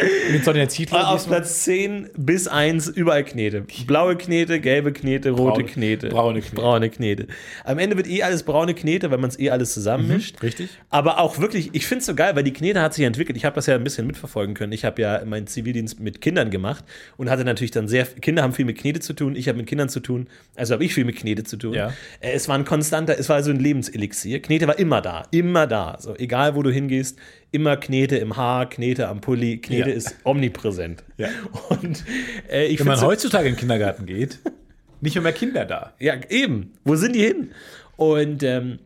A: Ah, Mit Sonja Zietlow.
B: Auf
A: diesmal.
B: Platz 10 bis 1 überall Knete. Blaue Knete, gelbe Knete, rote
A: Braune-
B: Knete.
A: braune Knete.
B: Braune Knete. Am Ende wird eh alles braune Knete, weil man es eh alles zusammenmischt.
A: Mhm, richtig.
B: Aber auch wirklich, ich finde es so geil, weil die Knete hat sich entwickelt. Ich habe das ja ein bisschen mitverfolgen können. Ich habe ja meinen Zivildienst mit Kindern gemacht und hatte natürlich dann sehr. Kinder haben viel mit Knete zu tun, ich habe mit Kindern zu tun, also habe ich viel mit Knete zu tun.
A: Ja.
B: Äh, Es war ein konstanter, es war so ein Lebenselixier. Knete war immer da, immer da. So, egal wo du hingehst, immer Knete im Haar, Knete am Pulli, Knete
A: Ja.
B: ist omnipräsent.
A: Ja.
B: Und äh, ich
A: Wenn man
B: find's so-
A: heutzutage in den Kindergarten geht, nicht mehr, mehr Kinder da.
B: ja, eben. Wo sind die hin? Und ähm,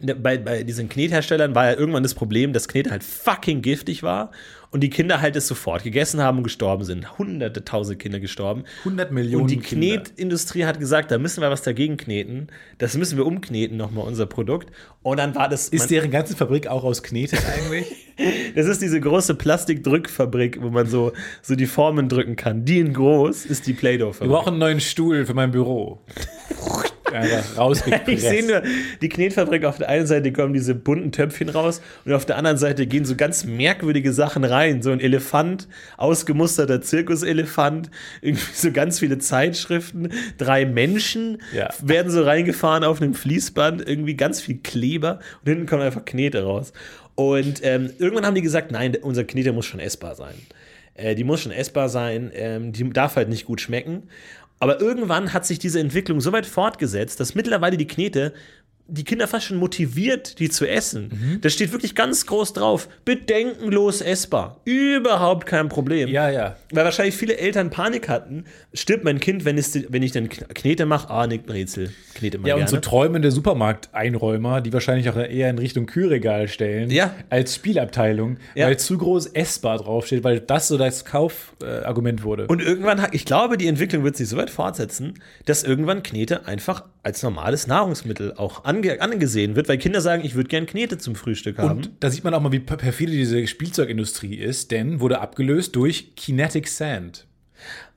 B: ne- bei, bei diesen Knetherstellern war ja irgendwann das Problem, dass Knete halt fucking giftig war und die Kinder halt es sofort gegessen haben und gestorben sind. Hunderte, tausend Kinder gestorben.
A: 100 Millionen
B: Und die
A: Kinder.
B: Knetindustrie hat gesagt, da müssen wir was dagegen kneten. Das müssen wir umkneten, nochmal unser Produkt. Und dann war das.
A: Ist deren ganze Fabrik auch aus Knete eigentlich?
B: Das ist diese große Plastikdrückfabrik, wo man so, so die Formen drücken kann. Die in groß ist die (laughs)
A: Wir
B: Play-Doh-Fabrik.
A: brauchen einen neuen Stuhl für mein Büro. Einfach rausgepresst.
B: Ich sehe nur die Knetfabrik auf der einen Seite kommen diese bunten Töpfchen raus und auf der anderen Seite gehen so ganz merkwürdige Sachen rein. So ein Elefant, ausgemusterter Zirkuselefant, (laughs) irgendwie so ganz viele Zeitschriften, drei Menschen
A: Ja.
B: werden so reingefahren auf einem Fließband, irgendwie ganz viel Kleber und hinten kommen einfach Knete raus. Und ähm, irgendwann haben die gesagt, nein, unser Knete muss schon essbar sein. Äh, die muss schon essbar sein, ähm, die darf halt nicht gut schmecken. Aber irgendwann hat sich diese Entwicklung so weit fortgesetzt, dass mittlerweile die Knete die Kinder fast schon motiviert, die zu essen. Da steht wirklich ganz groß drauf, bedenkenlos essbar. Überhaupt kein Problem.
A: Ja, ja.
B: Weil wahrscheinlich viele Eltern Panik hatten, stirbt mein Kind, wenn, es, wenn ich dann Kn- Knete mache. Ah, Nick Brezel, Knete mal
A: Ja,
B: gerne.
A: und so träumende Supermarkteinräumer, die wahrscheinlich auch eher in Richtung Kühlregal stellen
B: Ja.
A: als Spielabteilung,
B: Ja.
A: weil zu groß essbar draufsteht, weil das so das Kaufargument wurde.
B: Und irgendwann, hat- ich glaube, die Entwicklung wird sich so weit fortsetzen, dass irgendwann Knete einfach als normales Nahrungsmittel auch ange angesehen wird, weil Kinder sagen, ich würde gern Knete zum Frühstück haben.
A: Und da sieht man auch mal, wie per- perfide diese Spielzeugindustrie ist, denn wurde abgelöst durch Kinetic Sand.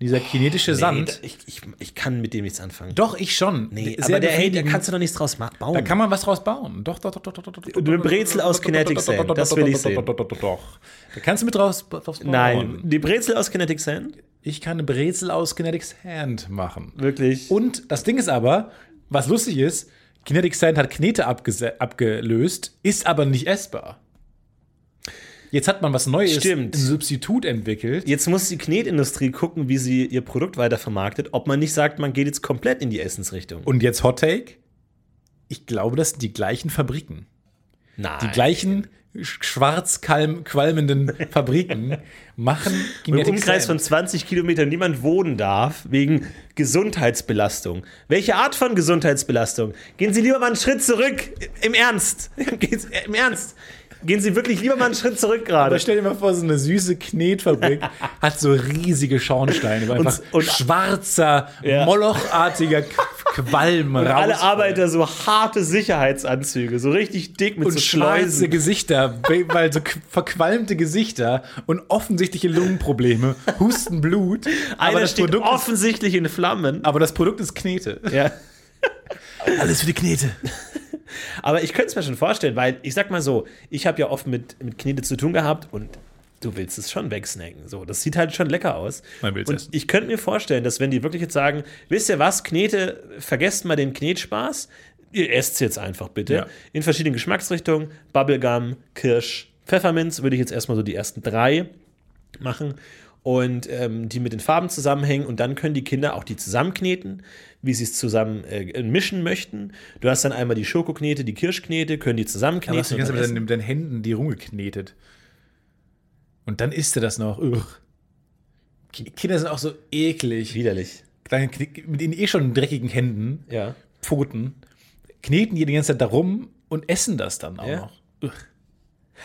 A: Dieser kinetische Sand.
B: Oh, Nee, da- ich, ich, ich kann mit dem nichts anfangen.
A: Doch, ich schon.
B: nee,
A: Sehr
B: aber der, hey, da
A: befriedigend.
B: kannst du doch nichts draus ma- bauen.
A: Da kann man was draus bauen. Doch, doch, doch, doch, doch, doch, doch.
B: Eine Brezel aus Kinetic Sand, das will ich sehen.
A: Doch, doch, doch, doch. Da kannst du mit draus draus bauen.
B: Nein, die Brezel aus Kinetic Sand,
A: Ich kann eine Brezel aus Kinetic Sand machen.
B: wirklich.
A: Und das Ding ist aber, was lustig ist, Kinetic Sand hat Knete abgese- abgelöst, ist aber nicht essbar. Jetzt hat man was Neues,
B: Stimmt.
A: ein Substitut entwickelt.
B: Jetzt muss die Knetindustrie gucken, wie sie ihr Produkt weitervermarktet, ob man nicht sagt, man geht jetzt komplett in die Essensrichtung.
A: Und jetzt Hot Take. Ich glaube, das sind die gleichen Fabriken.
B: Nein.
A: Die gleichen sch-
B: (laughs)
A: schwarzkalm qualmenden Fabriken machen
B: Im
A: Kinetic
B: Umkreis von
A: Sand.
B: 20 Kilometern niemand wohnen darf, wegen Gesundheitsbelastung. Welche Art von Gesundheitsbelastung? Gehen Sie lieber mal einen Schritt zurück. Im Ernst. (laughs) Gehen Sie, Im Ernst. Gehen Sie wirklich lieber mal einen Schritt zurück
A: Aber
B: gerade.
A: stell dir mal vor, so eine süße
B: (laughs)
A: Knetfabrik hat so riesige Schornsteine, wo einfach
B: und-
A: schwarzer,
B: Ja. (laughs)
A: molochartiger Qu- Qualm und
B: Alle Arbeiter so harte Sicherheitsanzüge, so richtig dick mit
A: und
B: so
A: schwarze
B: Schleusen.
A: Gesichter, be- weil so qu- verqualmte Gesichter und offensichtliche Lungenprobleme, Husten, Blut.
B: (laughs)
A: aber,
B: Einer
A: das
B: steht
A: Produkt ist,
B: offensichtlich in Flammen.
A: aber das Produkt ist Knete. (laughs)
B: Ja.
A: Alles für die Knete.
B: Aber ich könnte es mir schon vorstellen, weil ich sag mal so, ich habe ja oft mit, mit Knete zu tun gehabt und du willst es schon wegsnacken. So, das sieht halt schon lecker aus.
A: Man will's
B: und
A: essen.
B: ich könnte mir vorstellen, dass wenn die wirklich jetzt sagen, wisst ihr was, Knete, vergesst mal den Knetspaß, ihr esst es jetzt einfach bitte.
A: Ja.
B: In verschiedenen Geschmacksrichtungen, Bubblegum, Kirsch, Pfefferminz würde ich jetzt erstmal so die ersten drei machen und ähm, die mit den Farben zusammenhängen und dann können die Kinder auch die zusammenkneten, wie sie es zusammen äh, mischen möchten. Du hast dann einmal die Schokoknete, die Kirschknete, können die
A: Du hast die
B: zusammenkneten.
A: ganze
B: und
A: Zeit
B: dann
A: mit
B: essen.
A: deinen, mit deinen Händen die rumgeknetet. Und dann isst er das noch. Ugh. Ki- Kinder sind auch so eklig.
B: Widerlich.
A: Kleine Knie- Mit den eh schon dreckigen Händen,
B: Ja.
A: Pfoten, kneten die die ganze Zeit darum und essen das dann auch
B: Ja.
A: noch.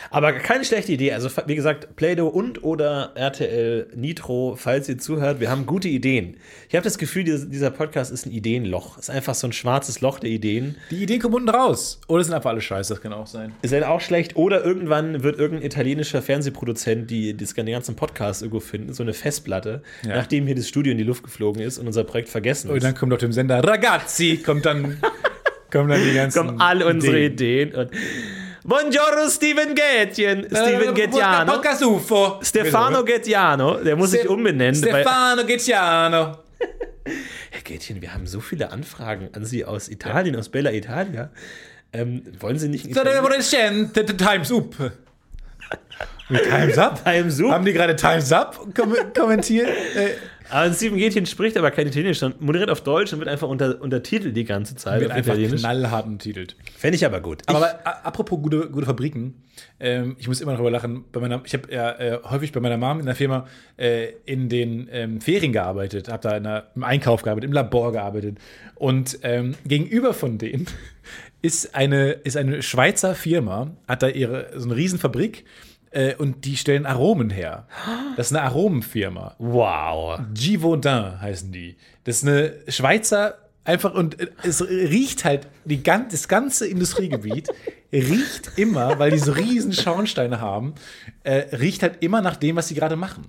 B: Aber keine schlechte Idee. Also, fa- wie gesagt, Play-Doh und oder RTL Nitro, falls ihr zuhört, wir haben gute Ideen. Ich habe das Gefühl, dieser- dieser Podcast ist ein Ideenloch. Ist einfach so ein schwarzes Loch der Ideen.
A: Die Ideen kommen unten raus. Oder sind einfach alle scheiße, das kann auch sein.
B: Ist halt auch schlecht. Oder irgendwann wird irgendein italienischer Fernsehproduzent die, die den ganzen Podcast irgendwo finden, so eine Festplatte,
A: Ja.
B: nachdem hier das Studio in die Luft geflogen ist und unser Projekt vergessen
A: Und
B: ist.
A: dann kommt auf dem Sender Ragazzi, kommt dann, kommen dann die ganzen.
B: kommen all unsere
A: Ideen.
B: Ideen. und Buongiorno Steven
A: Äh,
B: Gettien, Steven Gettiano.
A: Podcast UFO.
B: Stefano Gettiano, der muss sich umbenennen. weil-
A: Stefano Gettiano.
B: Herr Gätchen, wir haben so viele Anfragen an Sie aus Italien, aus Bella Italia. Ähm, wollen Sie nicht Italien?
A: Adolescente, Times Up. Wie Times Up?
B: Time's Up?
A: Haben die gerade Times Up kom kommentiert? Äh,
B: Aber Steven Gätchen spricht aber kein Italienisch, sondern moderiert auf Deutsch und wird einfach unter, untertitelt die ganze Zeit
A: wird
B: auf
A: einfach
B: Italienisch.
A: knallhart betitelt.
B: Fände ich aber gut.
A: Aber,
B: Aber
A: a- apropos gute, gute Fabriken, ähm, ich muss immer darüber lachen. Bei meiner, ich habe ja äh, häufig bei meiner Mom in der Firma äh, in den ähm, Ferien gearbeitet, habe da in der, im Einkauf gearbeitet, im Labor gearbeitet. Und ähm, gegenüber von denen (laughs) ist eine, ist eine Schweizer Firma, hat da ihre so eine Riesenfabrik äh, und die stellen Aromen her. Das ist eine Aromenfirma.
B: wow.
A: Givaudan heißen die. Das ist eine Schweizer, einfach und es riecht halt, die, gan- das ganze Industriegebiet riecht immer, weil die so riesen Schornsteine haben, äh, riecht halt immer nach dem, was sie gerade machen.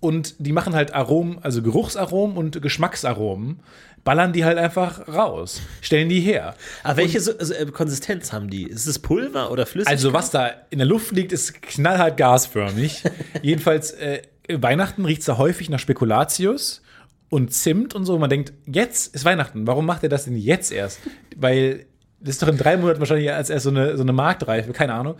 A: und die machen halt Aromen, also Geruchsaromen und Geschmacksaromen, ballern die halt einfach raus, stellen die her.
B: Aber welche so, also, äh, Konsistenz haben die? Ist es Pulver oder Flüssig?
A: Also was da in der Luft liegt, ist knallhart gasförmig. Jedenfalls äh, Weihnachten riecht es da häufig nach Spekulatius und Zimt und so. Man denkt, jetzt ist Weihnachten. Warum macht er das denn jetzt erst? Weil das ist doch in drei Monaten wahrscheinlich als erst so eine, so eine Marktreife, keine Ahnung.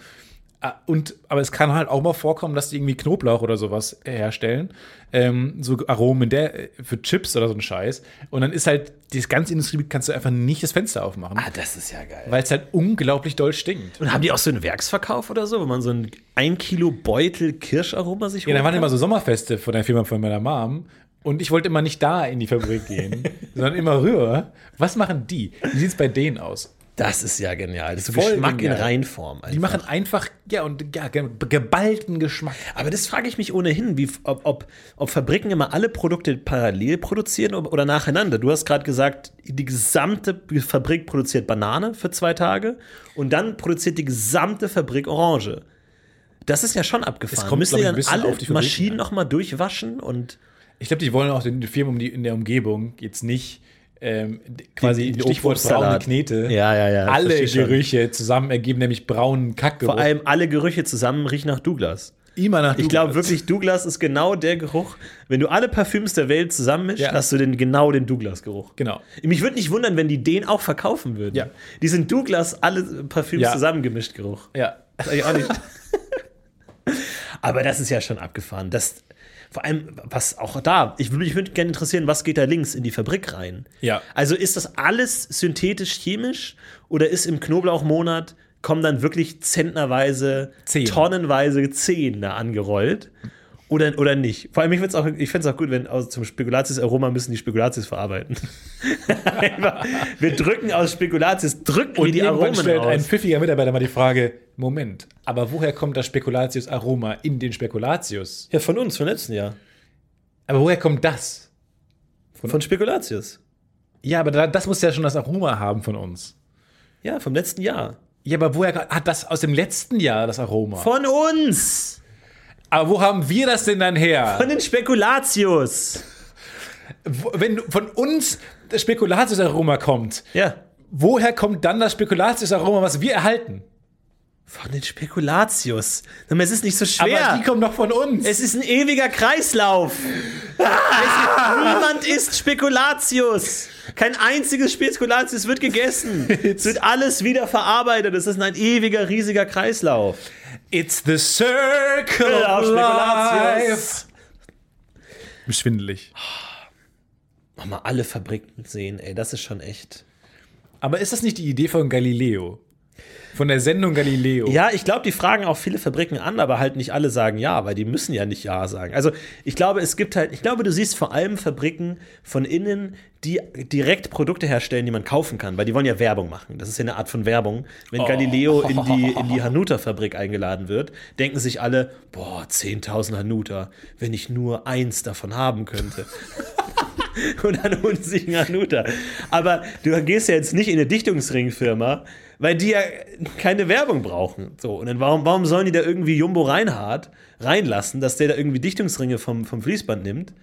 A: Ah, Und, aber es kann halt auch mal vorkommen, dass die irgendwie Knoblauch oder sowas herstellen. Ähm, so Aromen in der, äh, für Chips oder so ein Scheiß. Und dann ist halt, das ganze Industriegebiet kannst du einfach nicht das Fenster aufmachen,
B: ah, das ist ja geil.
A: weil es halt unglaublich doll stinkt.
B: Und haben die auch so einen Werksverkauf oder so, wo man so ein 1 Kilo Beutel Kirscharoma sich
A: Ja,
B: holen
A: da waren
B: kann?
A: immer so Sommerfeste von der Firma von meiner Mom. Und ich wollte immer nicht da in die Fabrik
B: (laughs)
A: gehen, sondern immer rüber. Was machen die? Wie sieht es bei denen aus?
B: Das ist ja genial. Das ist
A: Voll
B: Geschmack
A: genial.
B: in Reinform. Alter.
A: Die machen einfach, ja, und ja, ge- geballten Geschmack.
B: Aber das frage ich mich ohnehin, wie, ob, ob, ob Fabriken immer alle Produkte parallel produzieren ob, oder nacheinander. Du hast gerade gesagt, die gesamte Fabrik produziert Banane für zwei Tage und dann produziert die gesamte Fabrik Orange. Das ist ja schon abgefahren.
A: kommt,
B: Müssen die
A: glaub ich, ein
B: dann
A: bisschen
B: alle
A: auf die Fabriken
B: Maschinen nochmal durchwaschen und
A: Ich glaube, die wollen auch den Firmen um die, in der Umgebung jetzt nicht ähm, d- quasi
B: Den- den
A: Stichwort braune
B: Obstsalat.
A: Knete.
B: Ja, ja, ja,
A: Alle
B: versteh schon.
A: Gerüche zusammen ergeben nämlich braunen Kackgeruch.
B: vor allem alle Gerüche zusammen riechen nach Douglas.
A: immer nach
B: Ich glaube wirklich, Douglas ist genau der Geruch. Wenn du alle Parfüms der Welt zusammenmischst,
A: Ja.
B: hast du den, genau den Douglas-Geruch.
A: Genau.
B: Mich würde nicht wundern, wenn die den auch verkaufen würden.
A: Ja.
B: Die sind Douglas alle Parfüms
A: Ja.
B: zusammengemischt Geruch.
A: Ja.
B: Sag ich auch nicht. (laughs) Aber das ist ja schon abgefahren. Das, vor allem, was auch da, ich würde mich würd gerne interessieren, was geht da links in die Fabrik rein?
A: Ja.
B: Also ist das alles synthetisch-chemisch oder ist im Knoblauchmonat kommen dann wirklich zentnerweise,
A: Zehen.
B: tonnenweise Zehen da angerollt? Oder, oder nicht? Vor allem, ich find's auch, ich find's auch gut, wenn aus, zum Spekulatius-Aroma müssen die Spekulatius verarbeiten. (laughs) Einfach, wir drücken aus Spekulatius, drücken wir die
A: irgendwann
B: Aromen
A: stellt ein
B: aus.
A: pfiffiger Mitarbeiter mal die Frage: Moment, aber woher kommt das Spekulatius-Aroma in den Spekulatius?
B: Ja, von uns, vom letzten Jahr.
A: Aber woher kommt das?
B: Von Spekulatius.
A: Ja, aber da, das muss ja schon das Aroma haben von uns.
B: Ja, vom letzten Jahr.
A: Ja, aber woher hat das aus dem letzten Jahr das Aroma?
B: Von uns!
A: aber wo haben wir das denn dann her?
B: Von den Spekulatius!
A: Wo- Wenn du- von uns das Spekulatius-Aroma kommt,
B: Ja.
A: woher kommt dann das Spekulatius-Aroma, was wir erhalten?
B: Von den Spekulatius. Sag mal, Es ist nicht so
A: Aber
B: schwer.
A: die kommen doch von uns.
B: Es ist ein ewiger Kreislauf. Es gibt, niemand isst Spekulatius. Kein einziges Spekulatius wird gegessen. Es wird alles wieder verarbeitet. Es ist ein ewiger, riesiger Kreislauf.
A: It's the circle of life. Schwindelig.
B: Mach mal alle Fabriken sehen, ey. Das ist schon echt.
A: Aber ist das nicht die Idee von Galileo? Von der Sendung Galileo?
B: Ja, ich glaube, die fragen auch viele Fabriken an, aber halt nicht alle sagen ja, weil die müssen ja nicht ja sagen. Also ich glaube, es gibt halt, ich glaube, du siehst vor allem Fabriken von innen, die direkt Produkte herstellen, die man kaufen kann, weil die wollen ja Werbung machen. Das ist ja eine Art von Werbung. Wenn Galileo in die, in die Hanuta-Fabrik eingeladen wird, denken sich alle, boah, 10.000 Hanuta, wenn ich nur eins davon haben könnte. (laughs) und dann holen sie sich einen Hanuta. Aber du gehst ja jetzt nicht in eine Dichtungsringfirma, weil die ja keine Werbung brauchen. So, und dann warum, warum sollen die da irgendwie Jumbo Reinhardt reinlassen, dass der da irgendwie Dichtungsringe vom, vom Fließband nimmt,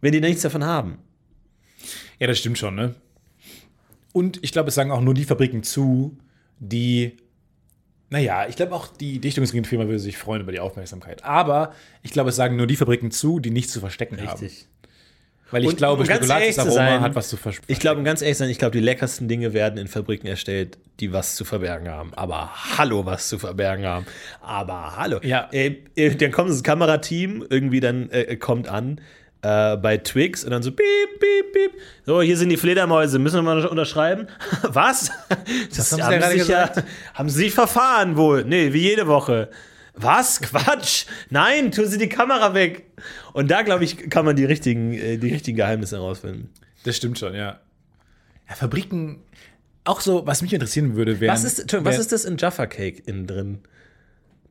B: wenn die da nichts davon haben?
A: Ja, das stimmt schon, ne? Und ich glaube, es sagen auch nur die Fabriken zu, die. Naja, ich glaube auch die Dichtungsringfirma würde sich freuen über die Aufmerksamkeit. Aber ich glaube, es sagen nur die Fabriken zu, die nichts zu verstecken haben. Weil ich
B: Und-
A: glaube,
B: um ganz ehrlich zu
A: Spekulatius-Aroma
B: sein,
A: hat was zu verstecken.
B: Ich glaube, um ganz ehrlich zu sein, ich glaube, die leckersten Dinge werden in Fabriken erstellt, die was zu verbergen haben. Aber hallo, was zu verbergen haben. Aber hallo.
A: Ja.
B: Äh, äh, dann kommt das Kamerateam, irgendwie dann äh, kommt an äh, bei Twix und dann so piep, piep, piep. So, hier sind die Fledermäuse, müssen wir mal unterschreiben. (laughs) was? Das,
A: haben Sie ja
B: haben,
A: gerade
B: sich ja, haben Sie sich verfahren wohl? Nee, wie jede Woche. Was? Quatsch! Nein, tun Sie die Kamera weg! Und da, glaube ich, kann man die richtigen, äh, die richtigen Geheimnisse herausfinden.
A: Das stimmt schon, ja. Ja, Fabriken, auch so, was mich interessieren würde, wären.
B: Was ist, Entschuldigung, was
A: wären
B: ist das in Jaffa Cake innen drin?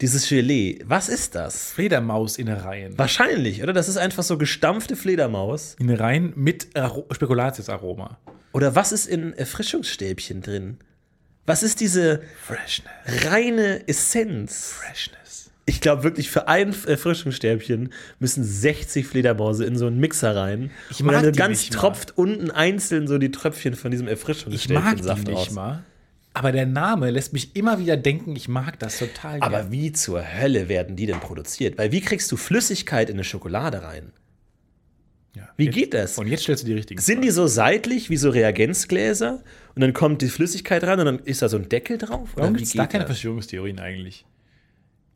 B: Dieses Gelee. Was ist das?
A: Fledermaus-Innereien?
B: Wahrscheinlich, oder? Das ist einfach so gestampfte Fledermaus.
A: Innereien mit Aro- Spekulatius-Aroma.
B: Oder was ist in Erfrischungsstäbchen drin? Was ist diese
A: Freshness.
B: reine Essenz?
A: Freshness.
B: Ich glaube wirklich, für ein Erfrischungsstäbchen müssen 60 Fledermäuse in so einen Mixer rein.
A: Ich
B: und
A: mag
B: dann
A: die
B: ganz
A: nicht mal.
B: tropft unten einzeln so die Tröpfchen von diesem
A: Ich mag die
B: Erfrischungsstäbchensaft
A: nicht
B: aus.
A: mal. Aber der Name lässt mich immer wieder denken, ich mag das total.
B: Aber
A: gern.
B: wie zur Hölle werden die denn produziert? Weil wie kriegst du Flüssigkeit in eine Schokolade rein?
A: Ja.
B: Wie geht das?
A: Und jetzt stellst du die richtigen.
B: Sind die so seitlich wie so Reagenzgläser und dann kommt die Flüssigkeit ran und dann ist da so ein Deckel drauf? Oder
A: Warum
B: wie
A: gibt es da
B: geht
A: keine
B: das?
A: Verschwörungstheorien eigentlich?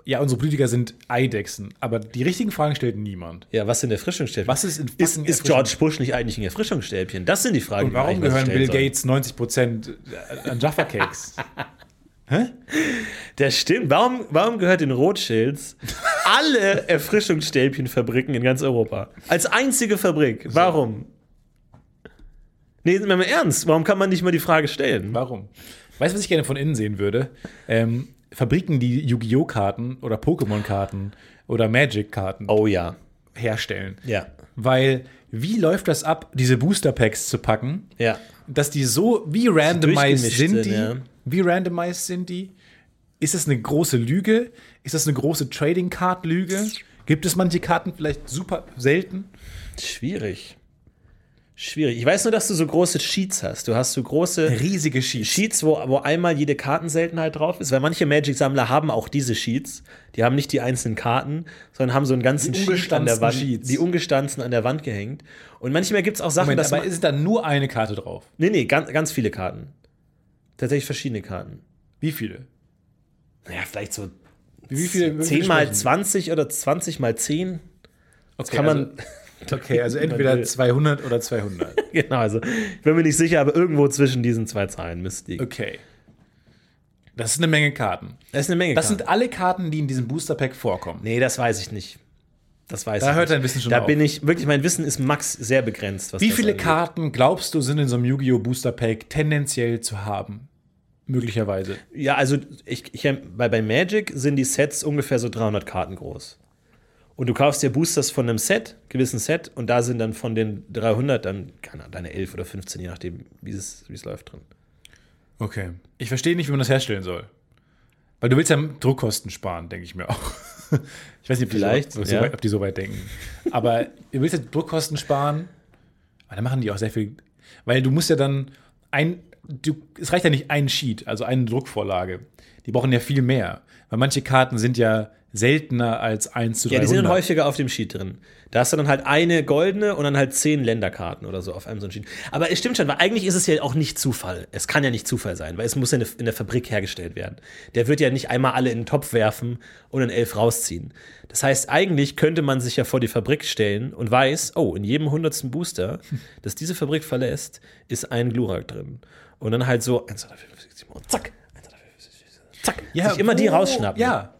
A: Ja, unsere Politiker sind Eidechsen, aber die richtigen Fragen stellt niemand.
B: Ja, was sind Erfrischungsstäbchen?
A: Was ist in
B: ist,
A: fucking
B: ist George Bush nicht eigentlich ein Erfrischungsstäbchen? Das sind die Fragen,
A: Und
B: die man
A: warum
B: eigentlich mal
A: gehören Bill
B: stellen
A: Gates 90% an Jaffa (laughs) Cakes?
B: soll. Das stimmt. Warum, warum gehört den
A: (laughs)
B: Rothschilds alle Erfrischungsstäbchenfabriken in ganz Europa? Als einzige Fabrik. Warum? Nee, sind wir mal ernst. Warum kann man nicht mal die Frage stellen?
A: warum? Weißt du, was ich gerne von innen sehen würde? Ähm, Fabriken, die Yu-Gi-Oh! Karten oder Pokémon-Karten oder Magic-Karten
B: Oh ja.
A: herstellen.
B: Ja.
A: Weil, wie läuft das ab, diese Booster-Packs zu packen?
B: Ja.
A: dass die so, wie randomized
B: durchgemischt
A: sind
B: sind,
A: die?
B: ja.
A: Wie randomized sind die? Ist das eine große Lüge? Ist das eine große Trading Card Lüge? Gibt es manche Karten vielleicht super selten?
B: Schwierig. Schwierig. Ich weiß nur, dass du so große Sheets hast. Du hast so große
A: Riesige Schieß.
B: Sheets, wo, wo einmal jede Kartenseltenheit drauf ist, weil manche Magic-Sammler haben auch diese Sheets. Die haben nicht die einzelnen Karten, sondern haben so einen ganzen
A: Die
B: Sheet an der
A: ungestanzten
B: Wand.
A: Sheets.
B: Die ungestanzten an der Wand gehängt. Und manchmal gibt es auch Sachen,
A: Moment,
B: dass
A: aber
B: man,
A: ist da nur eine Karte drauf?
B: Nee, nee, ganz, ganz viele Karten. Tatsächlich verschiedene Karten.
A: Wie viele?
B: Naja, vielleicht so
A: Wie viele?
B: 10 mal
A: sprechen?
B: 20 oder 20 mal 10.
A: Okay,
B: Kann man.
A: Also, okay, also entweder
B: will.
A: 200 oder
B: (laughs)
A: 200.
B: genau, also ich bin mir nicht sicher, aber irgendwo zwischen diesen zwei Zahlen müsste die.
A: Okay. Das ist eine Menge Karten.
B: Das ist eine Menge.
A: Das
B: Karten.
A: sind alle Karten, die in diesem Booster Pack vorkommen.
B: Nee, das weiß ich nicht. Das weiß
A: Da
B: ich
A: hört
B: nicht.
A: dein Wissen schon
B: Da
A: auf.
B: bin ich, wirklich, mein Wissen ist max sehr begrenzt. was
A: Wie
B: das
A: viele
B: angeht.
A: Karten glaubst du sind in so einem Yu-Gi-Oh! Booster Pack tendenziell zu haben? Möglicherweise.
B: Ja, also ich, ich, bei, bei Magic sind die Sets ungefähr so 300 Karten groß. Und du kaufst dir Boosters von einem Set, gewissen Set, und da sind dann von den 300 dann, keine Ahnung, deine 11 oder 15, je nachdem, wie es wie es läuft drin.
A: Okay. Ich verstehe nicht, wie man das herstellen soll. Weil du willst ja Druckkosten sparen, denke ich mir auch. (laughs) Ich weiß nicht, ob die,
B: Vielleicht,
A: so, ob,
B: ja.
A: so weit, ob die so weit denken. Aber du willst ja Druckkosten sparen, aber dann machen die auch sehr viel. Weil du musst ja dann ein. Du, es reicht ja nicht ein Sheet, also eine Druckvorlage. Die brauchen ja viel mehr. Weil manche Karten sind ja seltener als 1 zu 300.
B: Ja, die sind dann häufiger auf dem Sheet drin. Da hast du dann halt eine goldene und dann halt zehn Länderkarten oder so auf einem so einem Sheet. Aber es stimmt schon, weil eigentlich ist es ja auch nicht Zufall. Es kann ja nicht Zufall sein, weil es muss ja in der- in der Fabrik hergestellt werden. Der wird ja nicht einmal alle in den Topf werfen und dann elf rausziehen. Das heißt, eigentlich könnte man sich ja vor die Fabrik stellen und weiß, oh, in jedem hundertsten Booster,
A: Hm.
B: das diese Fabrik verlässt, ist ein Glurak drin. Und dann halt so, 1, 2, 3, 4, 5, 6, 7, und zack, 1, 2, 3, 4, 5, 6, 7, zack,
A: Ja,
B: sich immer die
A: wo-
B: rausschnappen.
A: Ja.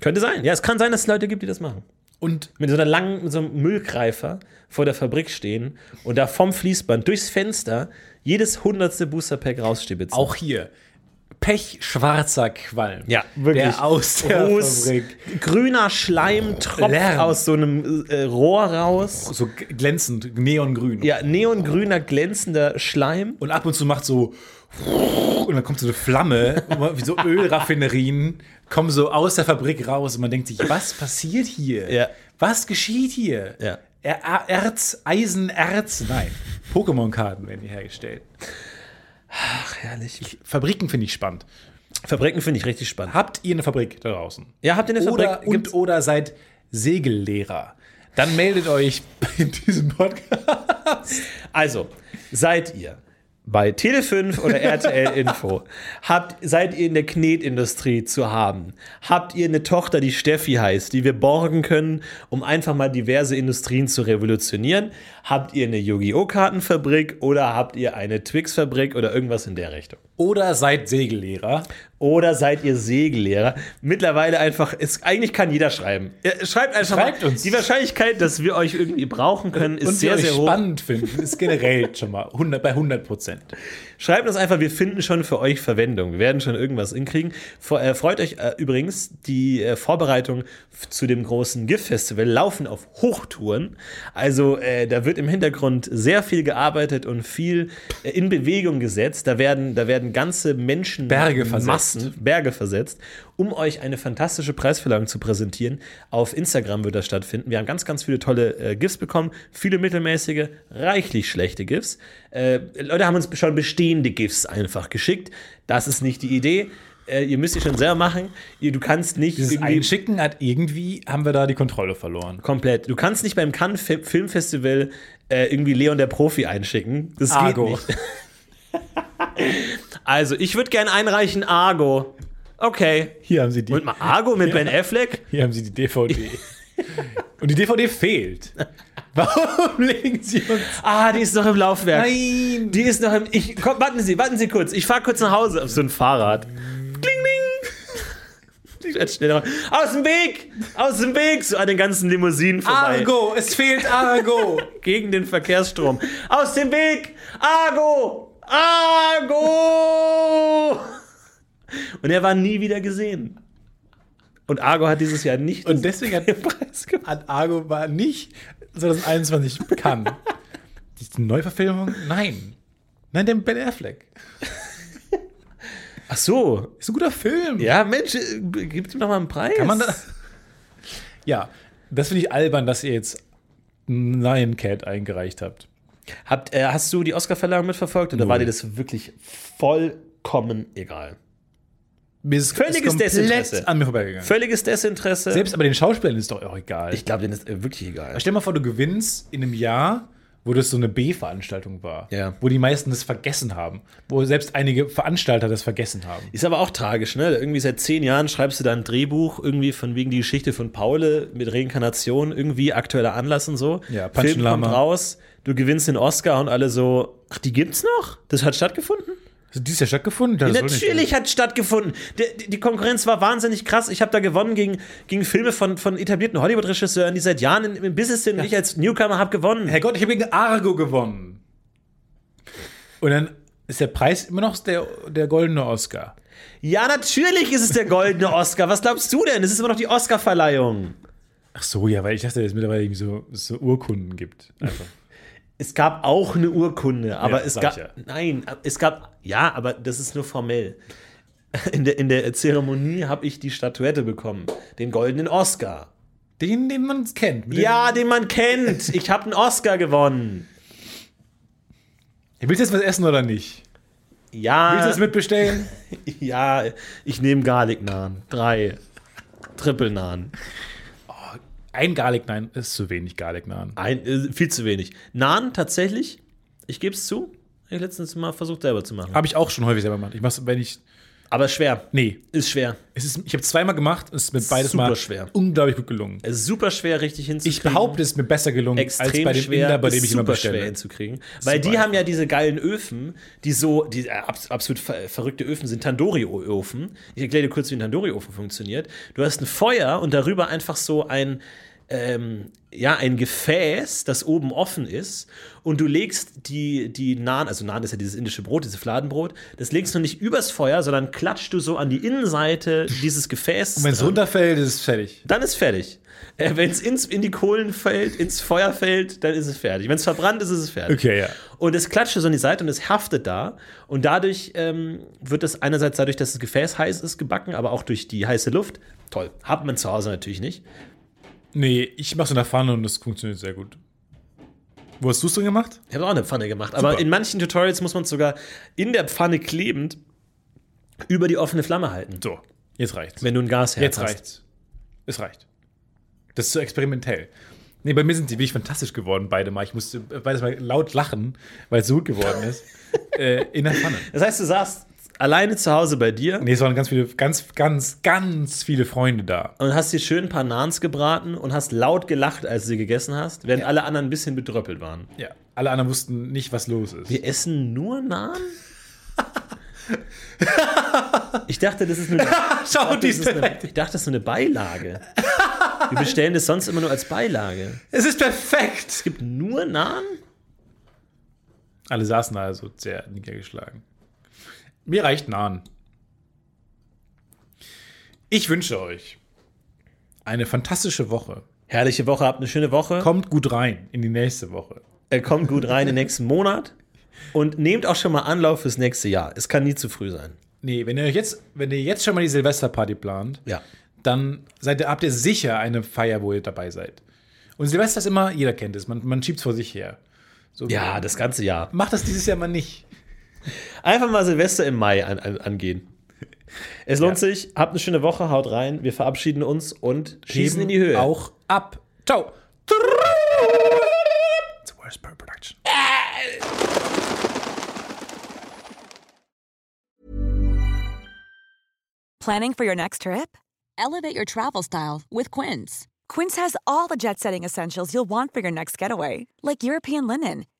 B: Könnte sein. Ja, es kann sein, dass es Leute gibt, die das machen
A: Und
B: mit so einer langen, mit so einem Müllgreifer vor der Fabrik stehen und da vom Fließband durchs Fenster jedes hundertste Boosterpack rausstibitzen.
A: auch hier. Pechschwarzer Qualm.
B: ja, wirklich.
A: Der aus der
B: Ruß,
A: Fabrik.
B: grüner Schleim tropft
A: Lärm.
B: aus so einem äh, Rohr raus.
A: So g- glänzend, neongrün.
B: Ja, neongrüner glänzender Schleim.
A: Und ab und zu macht so und dann kommt so eine Flamme, wie so Ölraffinerien kommen so aus der Fabrik raus und man denkt sich, was passiert hier?
B: Ja.
A: Was geschieht hier?
B: Ja.
A: Er- Er- Erz, Eisen, Erz, nein. Pokémon-Karten werden hier hergestellt.
B: Ach, herrlich.
A: Fabriken finde ich spannend.
B: Fabriken finde ich richtig spannend.
A: Habt ihr eine Fabrik da draußen?
B: Ja, habt ihr eine
A: oder,
B: Fabrik?
A: Und oder seid Segellehrer? Dann meldet euch (laughs) bei diesem Podcast.
B: Also, seid ihr bei Tele5 oder
A: (laughs)
B: RTL Info? Habt, seid ihr in der Knetindustrie zu haben? Habt ihr eine Tochter, die Steffi heißt, die wir borgen können, um einfach mal diverse Industrien zu revolutionieren? Habt ihr eine Yu-Gi-Oh! Kartenfabrik oder habt ihr eine Twix-Fabrik oder irgendwas in der Richtung?
A: Oder seid Segellehrer?
B: Oder seid ihr Segellehrer? Mittlerweile einfach, ist, eigentlich kann jeder schreiben. Äh, Schreibt einfach
A: Schreibt
B: mal.
A: uns.
B: Die Wahrscheinlichkeit, dass wir euch irgendwie brauchen können, ist
A: und
B: sehr,
A: wir euch
B: sehr hoch.
A: spannend finden,
B: (laughs)
A: ist generell schon mal 100, bei 100 Prozent.
B: Schreibt uns einfach, wir finden schon für euch Verwendung. Wir werden schon irgendwas hinkriegen. Vor- äh, Freut euch äh, übrigens, die äh, Vorbereitungen f- zu dem großen GIF-Festival laufen auf Hochtouren. Also äh, da wird im Hintergrund sehr viel gearbeitet und viel äh, in Bewegung gesetzt. Da werden, da werden in ganze Menschen
A: Berge versetzt.
B: Massen, Berge versetzt, um euch eine fantastische Preisverleihung zu präsentieren. Auf Instagram wird das stattfinden. Wir haben ganz, ganz viele tolle äh, GIFs bekommen, viele mittelmäßige, reichlich schlechte GIFs. Äh, Leute haben uns schon bestehende GIFs einfach geschickt. Das ist nicht die Idee. Äh, ihr müsst sie schon selber machen. Ihr, du kannst nicht
A: Dieses
B: irgendwie-
A: Einschicken hat irgendwie, haben wir da die Kontrolle verloren.
B: Komplett. Du kannst nicht beim Cannes Fi- Filmfestival äh, irgendwie Leon der Profi einschicken. Das
A: Argo.
B: geht nicht. Also, ich würde gern einreichen Argo. Okay.
A: (laughs) Hier haben sie die.
B: Und mal Argo mit Ben Affleck?
A: Hier haben sie die
B: (laughs)
A: DVD. Und die DVD fehlt. Warum legen sie uns.
B: Ah, die ist noch im Laufwerk.
A: Nein!
B: Die ist noch im. Ich, komm, warten Sie, warten Sie kurz. Ich fahre kurz nach Hause auf so ein Fahrrad. Kling, ding. Ich werd schnell noch. Aus dem Weg! Aus dem Weg! So an den ganzen Limousinen vorbei.
A: Argo! Es fehlt Argo!
B: gegen den Verkehrsstrom. Aus dem Weg! Argo! Argo! Und er war nie wieder gesehen. Und Argo hat dieses Jahr nicht
A: Und deswegen hat,
B: den Preis gewonnen.
A: hat Argo war nicht 2021 bekannt. Die Neuverfilmung? Nein. Nein, der Ben Affleck.
B: Ach so.
A: Ist ein guter Film.
B: Ja, Mensch, äh, gib ihm doch mal einen Preis.
A: Kann man da ja, das finde ich albern, dass ihr jetzt Lion Cat eingereicht habt.
B: Habt, äh, hast du die Oscarverleihung mitverfolgt oder war dir das wirklich vollkommen egal?
A: Mir ist
B: Völliges
A: ist komplett
B: Desinteresse.
A: an mir vorbeigegangen.
B: Völliges Desinteresse.
A: Selbst aber den Schauspielern ist doch auch egal.
B: ich glaube, denen ist äh, wirklich egal.
A: Stell mal vor, du gewinnst in einem Jahr, wo das so eine B-Veranstaltung war,
B: Ja.
A: wo die meisten das vergessen haben, wo selbst einige Veranstalter das vergessen haben.
B: Ist aber auch tragisch, ne? Irgendwie seit zehn Jahren schreibst du da ein Drehbuch, irgendwie von wegen die Geschichte von Paul mit Reinkarnation, irgendwie aktueller Anlass und so.
A: Ja, Punch
B: Film
A: and Lama.
B: kommt raus, du gewinnst den Oscar und alle so, ach, die gibt's noch? Das hat stattgefunden?
A: Hast du dieses Jahr stattgefunden? Ja, das soll nicht
B: Natürlich hat stattgefunden. Der- die- die Konkurrenz war wahnsinnig krass. Ich habe da gewonnen gegen, gegen Filme von, von etablierten Hollywood-Regisseuren, die seit Jahren im, im Business sind. Und ich als Newcomer habe gewonnen.
A: Herrgott, ich habe gegen Argo gewonnen. Und dann ist der Preis immer noch der, der goldene Oscar.
B: Ja, natürlich ist es der goldene Oscar. Was glaubst du denn? Es ist immer noch die Oscar-Verleihung.
A: Ach so, ja, weil ich dachte, dass es mittlerweile irgendwie so, so Urkunden gibt. Einfach.
B: Es gab auch eine Urkunde, aber
A: Ja,
B: es
A: sag
B: gab.
A: ich ja.
B: Nein, es gab. Ja, aber das ist nur formell. (laughs) In der, in der Zeremonie habe ich die Statuette bekommen. Den goldenen Oscar.
A: (laughs) Den, den man kennt. Mit
B: Ja, den man kennt. Ich habe einen Oscar gewonnen.
A: Dem, willst du jetzt was essen oder nicht? Willst du
B: Ja,
A: das mitbestellen?
B: (laughs) ja ich nehme Garlic Naan. Drei. Triple Naan.
A: (laughs) Ein Garlic Naan ist zu wenig Garlic Naan.
B: Ein, äh, viel zu wenig. Naan tatsächlich, ich gebe es zu, habe ich letztens mal versucht selber zu machen.
A: Habe ich auch schon häufig selber gemacht. Ich mach's, wenn ich.
B: Aber schwer.
A: Nee.
B: Ist schwer.
A: Es ist, ich habe zweimal gemacht und es ist mir beides
B: Super
A: mal
B: schwer.
A: unglaublich gut gelungen.
B: Es ist super schwer, richtig hinzukriegen.
A: Ich behaupte, es ist mir besser gelungen
B: extrem
A: als bei dem
B: schwer,
A: Inder, bei dem
B: ist
A: ich immer
B: super schwer
A: bestelle. ne?
B: hinzukriegen. Weil die
A: einfach.
B: haben ja diese geilen Öfen, die so, die äh, abs absolut ver verrückte Öfen sind, Tandoori-Öfen. Ich erkläre dir kurz, wie ein Tandoori-Ofen funktioniert. Du hast ein Feuer und darüber einfach so ein ähm, ja, ein Gefäß, das oben offen ist, und du legst die, die Naan, also Naan ist ja dieses indische Brot, dieses Fladenbrot, das legst du nicht übers Feuer, sondern klatschst du so an die Innenseite dieses Gefäßes.
A: Wenn es
B: dran.
A: runterfällt, ist es fertig.
B: Dann ist fertig. Wenn es ins, in die Kohlen fällt, ins Feuer fällt, dann ist es fertig. Wenn es verbrannt ist, ist es fertig.
A: Okay, ja.
B: Und es klatscht so an die Seite und es haftet da. Und dadurch ähm, wird das einerseits dadurch, dass das Gefäß heiß ist, gebacken, aber auch durch die heiße Luft. Toll. Hat man zu Hause natürlich nicht.
A: Nee, ich mach's in der Pfanne und das funktioniert sehr gut. Wo hast du es drin gemacht?
B: Ich habe auch eine Pfanne gemacht. Aber in manchen Tutorials muss man es sogar in der Pfanne klebend über die offene Flamme halten.
A: So, jetzt reicht's.
B: Wenn du ein Gasherd
A: Jetzt
B: hast.
A: reicht's. Es reicht. Das ist so experimentell. Nee, bei mir sind die wirklich fantastisch geworden, beide mal. Ich musste beides mal laut lachen, weil es so gut geworden (laughs) ist. äh, in der Pfanne.
B: Das heißt, du saßt alleine zu Hause bei dir.
A: Nee, es waren ganz viele, ganz, ganz, ganz viele Freunde da.
B: und hast dir schön ein paar Naans gebraten und hast laut gelacht, als du sie gegessen hast, während alle anderen ein bisschen bedröppelt waren.
A: Ja. Alle anderen wussten nicht, was los ist.
B: Wir essen nur Naan? Ich dachte, das ist nur
A: Schau, die
B: das ist eine, ich dachte, das ist nur eine Beilage. Wir bestellen das sonst immer nur als Beilage.
A: Es ist perfekt.
B: Gibt nur Naan?
A: Alle saßen da also sehr niedergeschlagen. Mir reicht Nahen. Ich wünsche euch eine fantastische Woche.
B: Herrliche Woche, habt eine schöne Woche.
A: Kommt gut rein in die nächste Woche.
B: Äh, kommt gut rein in den nächsten Monat. Und nehmt auch schon mal Anlauf fürs nächste Jahr. Es kann nie zu früh sein.
A: Nee, wenn ihr euch jetzt, wenn ihr jetzt schon mal die Silvesterparty plant,
B: Ja.
A: dann seid ihr, habt ihr sicher eine Feier, wo ihr dabei seid. Und Silvester ist immer, jeder kennt es, man, man schiebt es vor sich her. So,
B: Ja, das ganze Jahr.
A: Macht das dieses Jahr mal nicht.
B: Einfach mal Silvester im Mai an, an, angehen. Es lohnt sich. Habt eine schöne Woche. Haut rein. Wir verabschieden uns und schießen in die
A: Geben
B: Höhe.
A: Auch ab. Ciao. It's a worst bird production.
D: Planning for your next trip? Elevate your travel style with Quince. Quince has all the jet setting essentials you'll want for your next getaway, like European linen,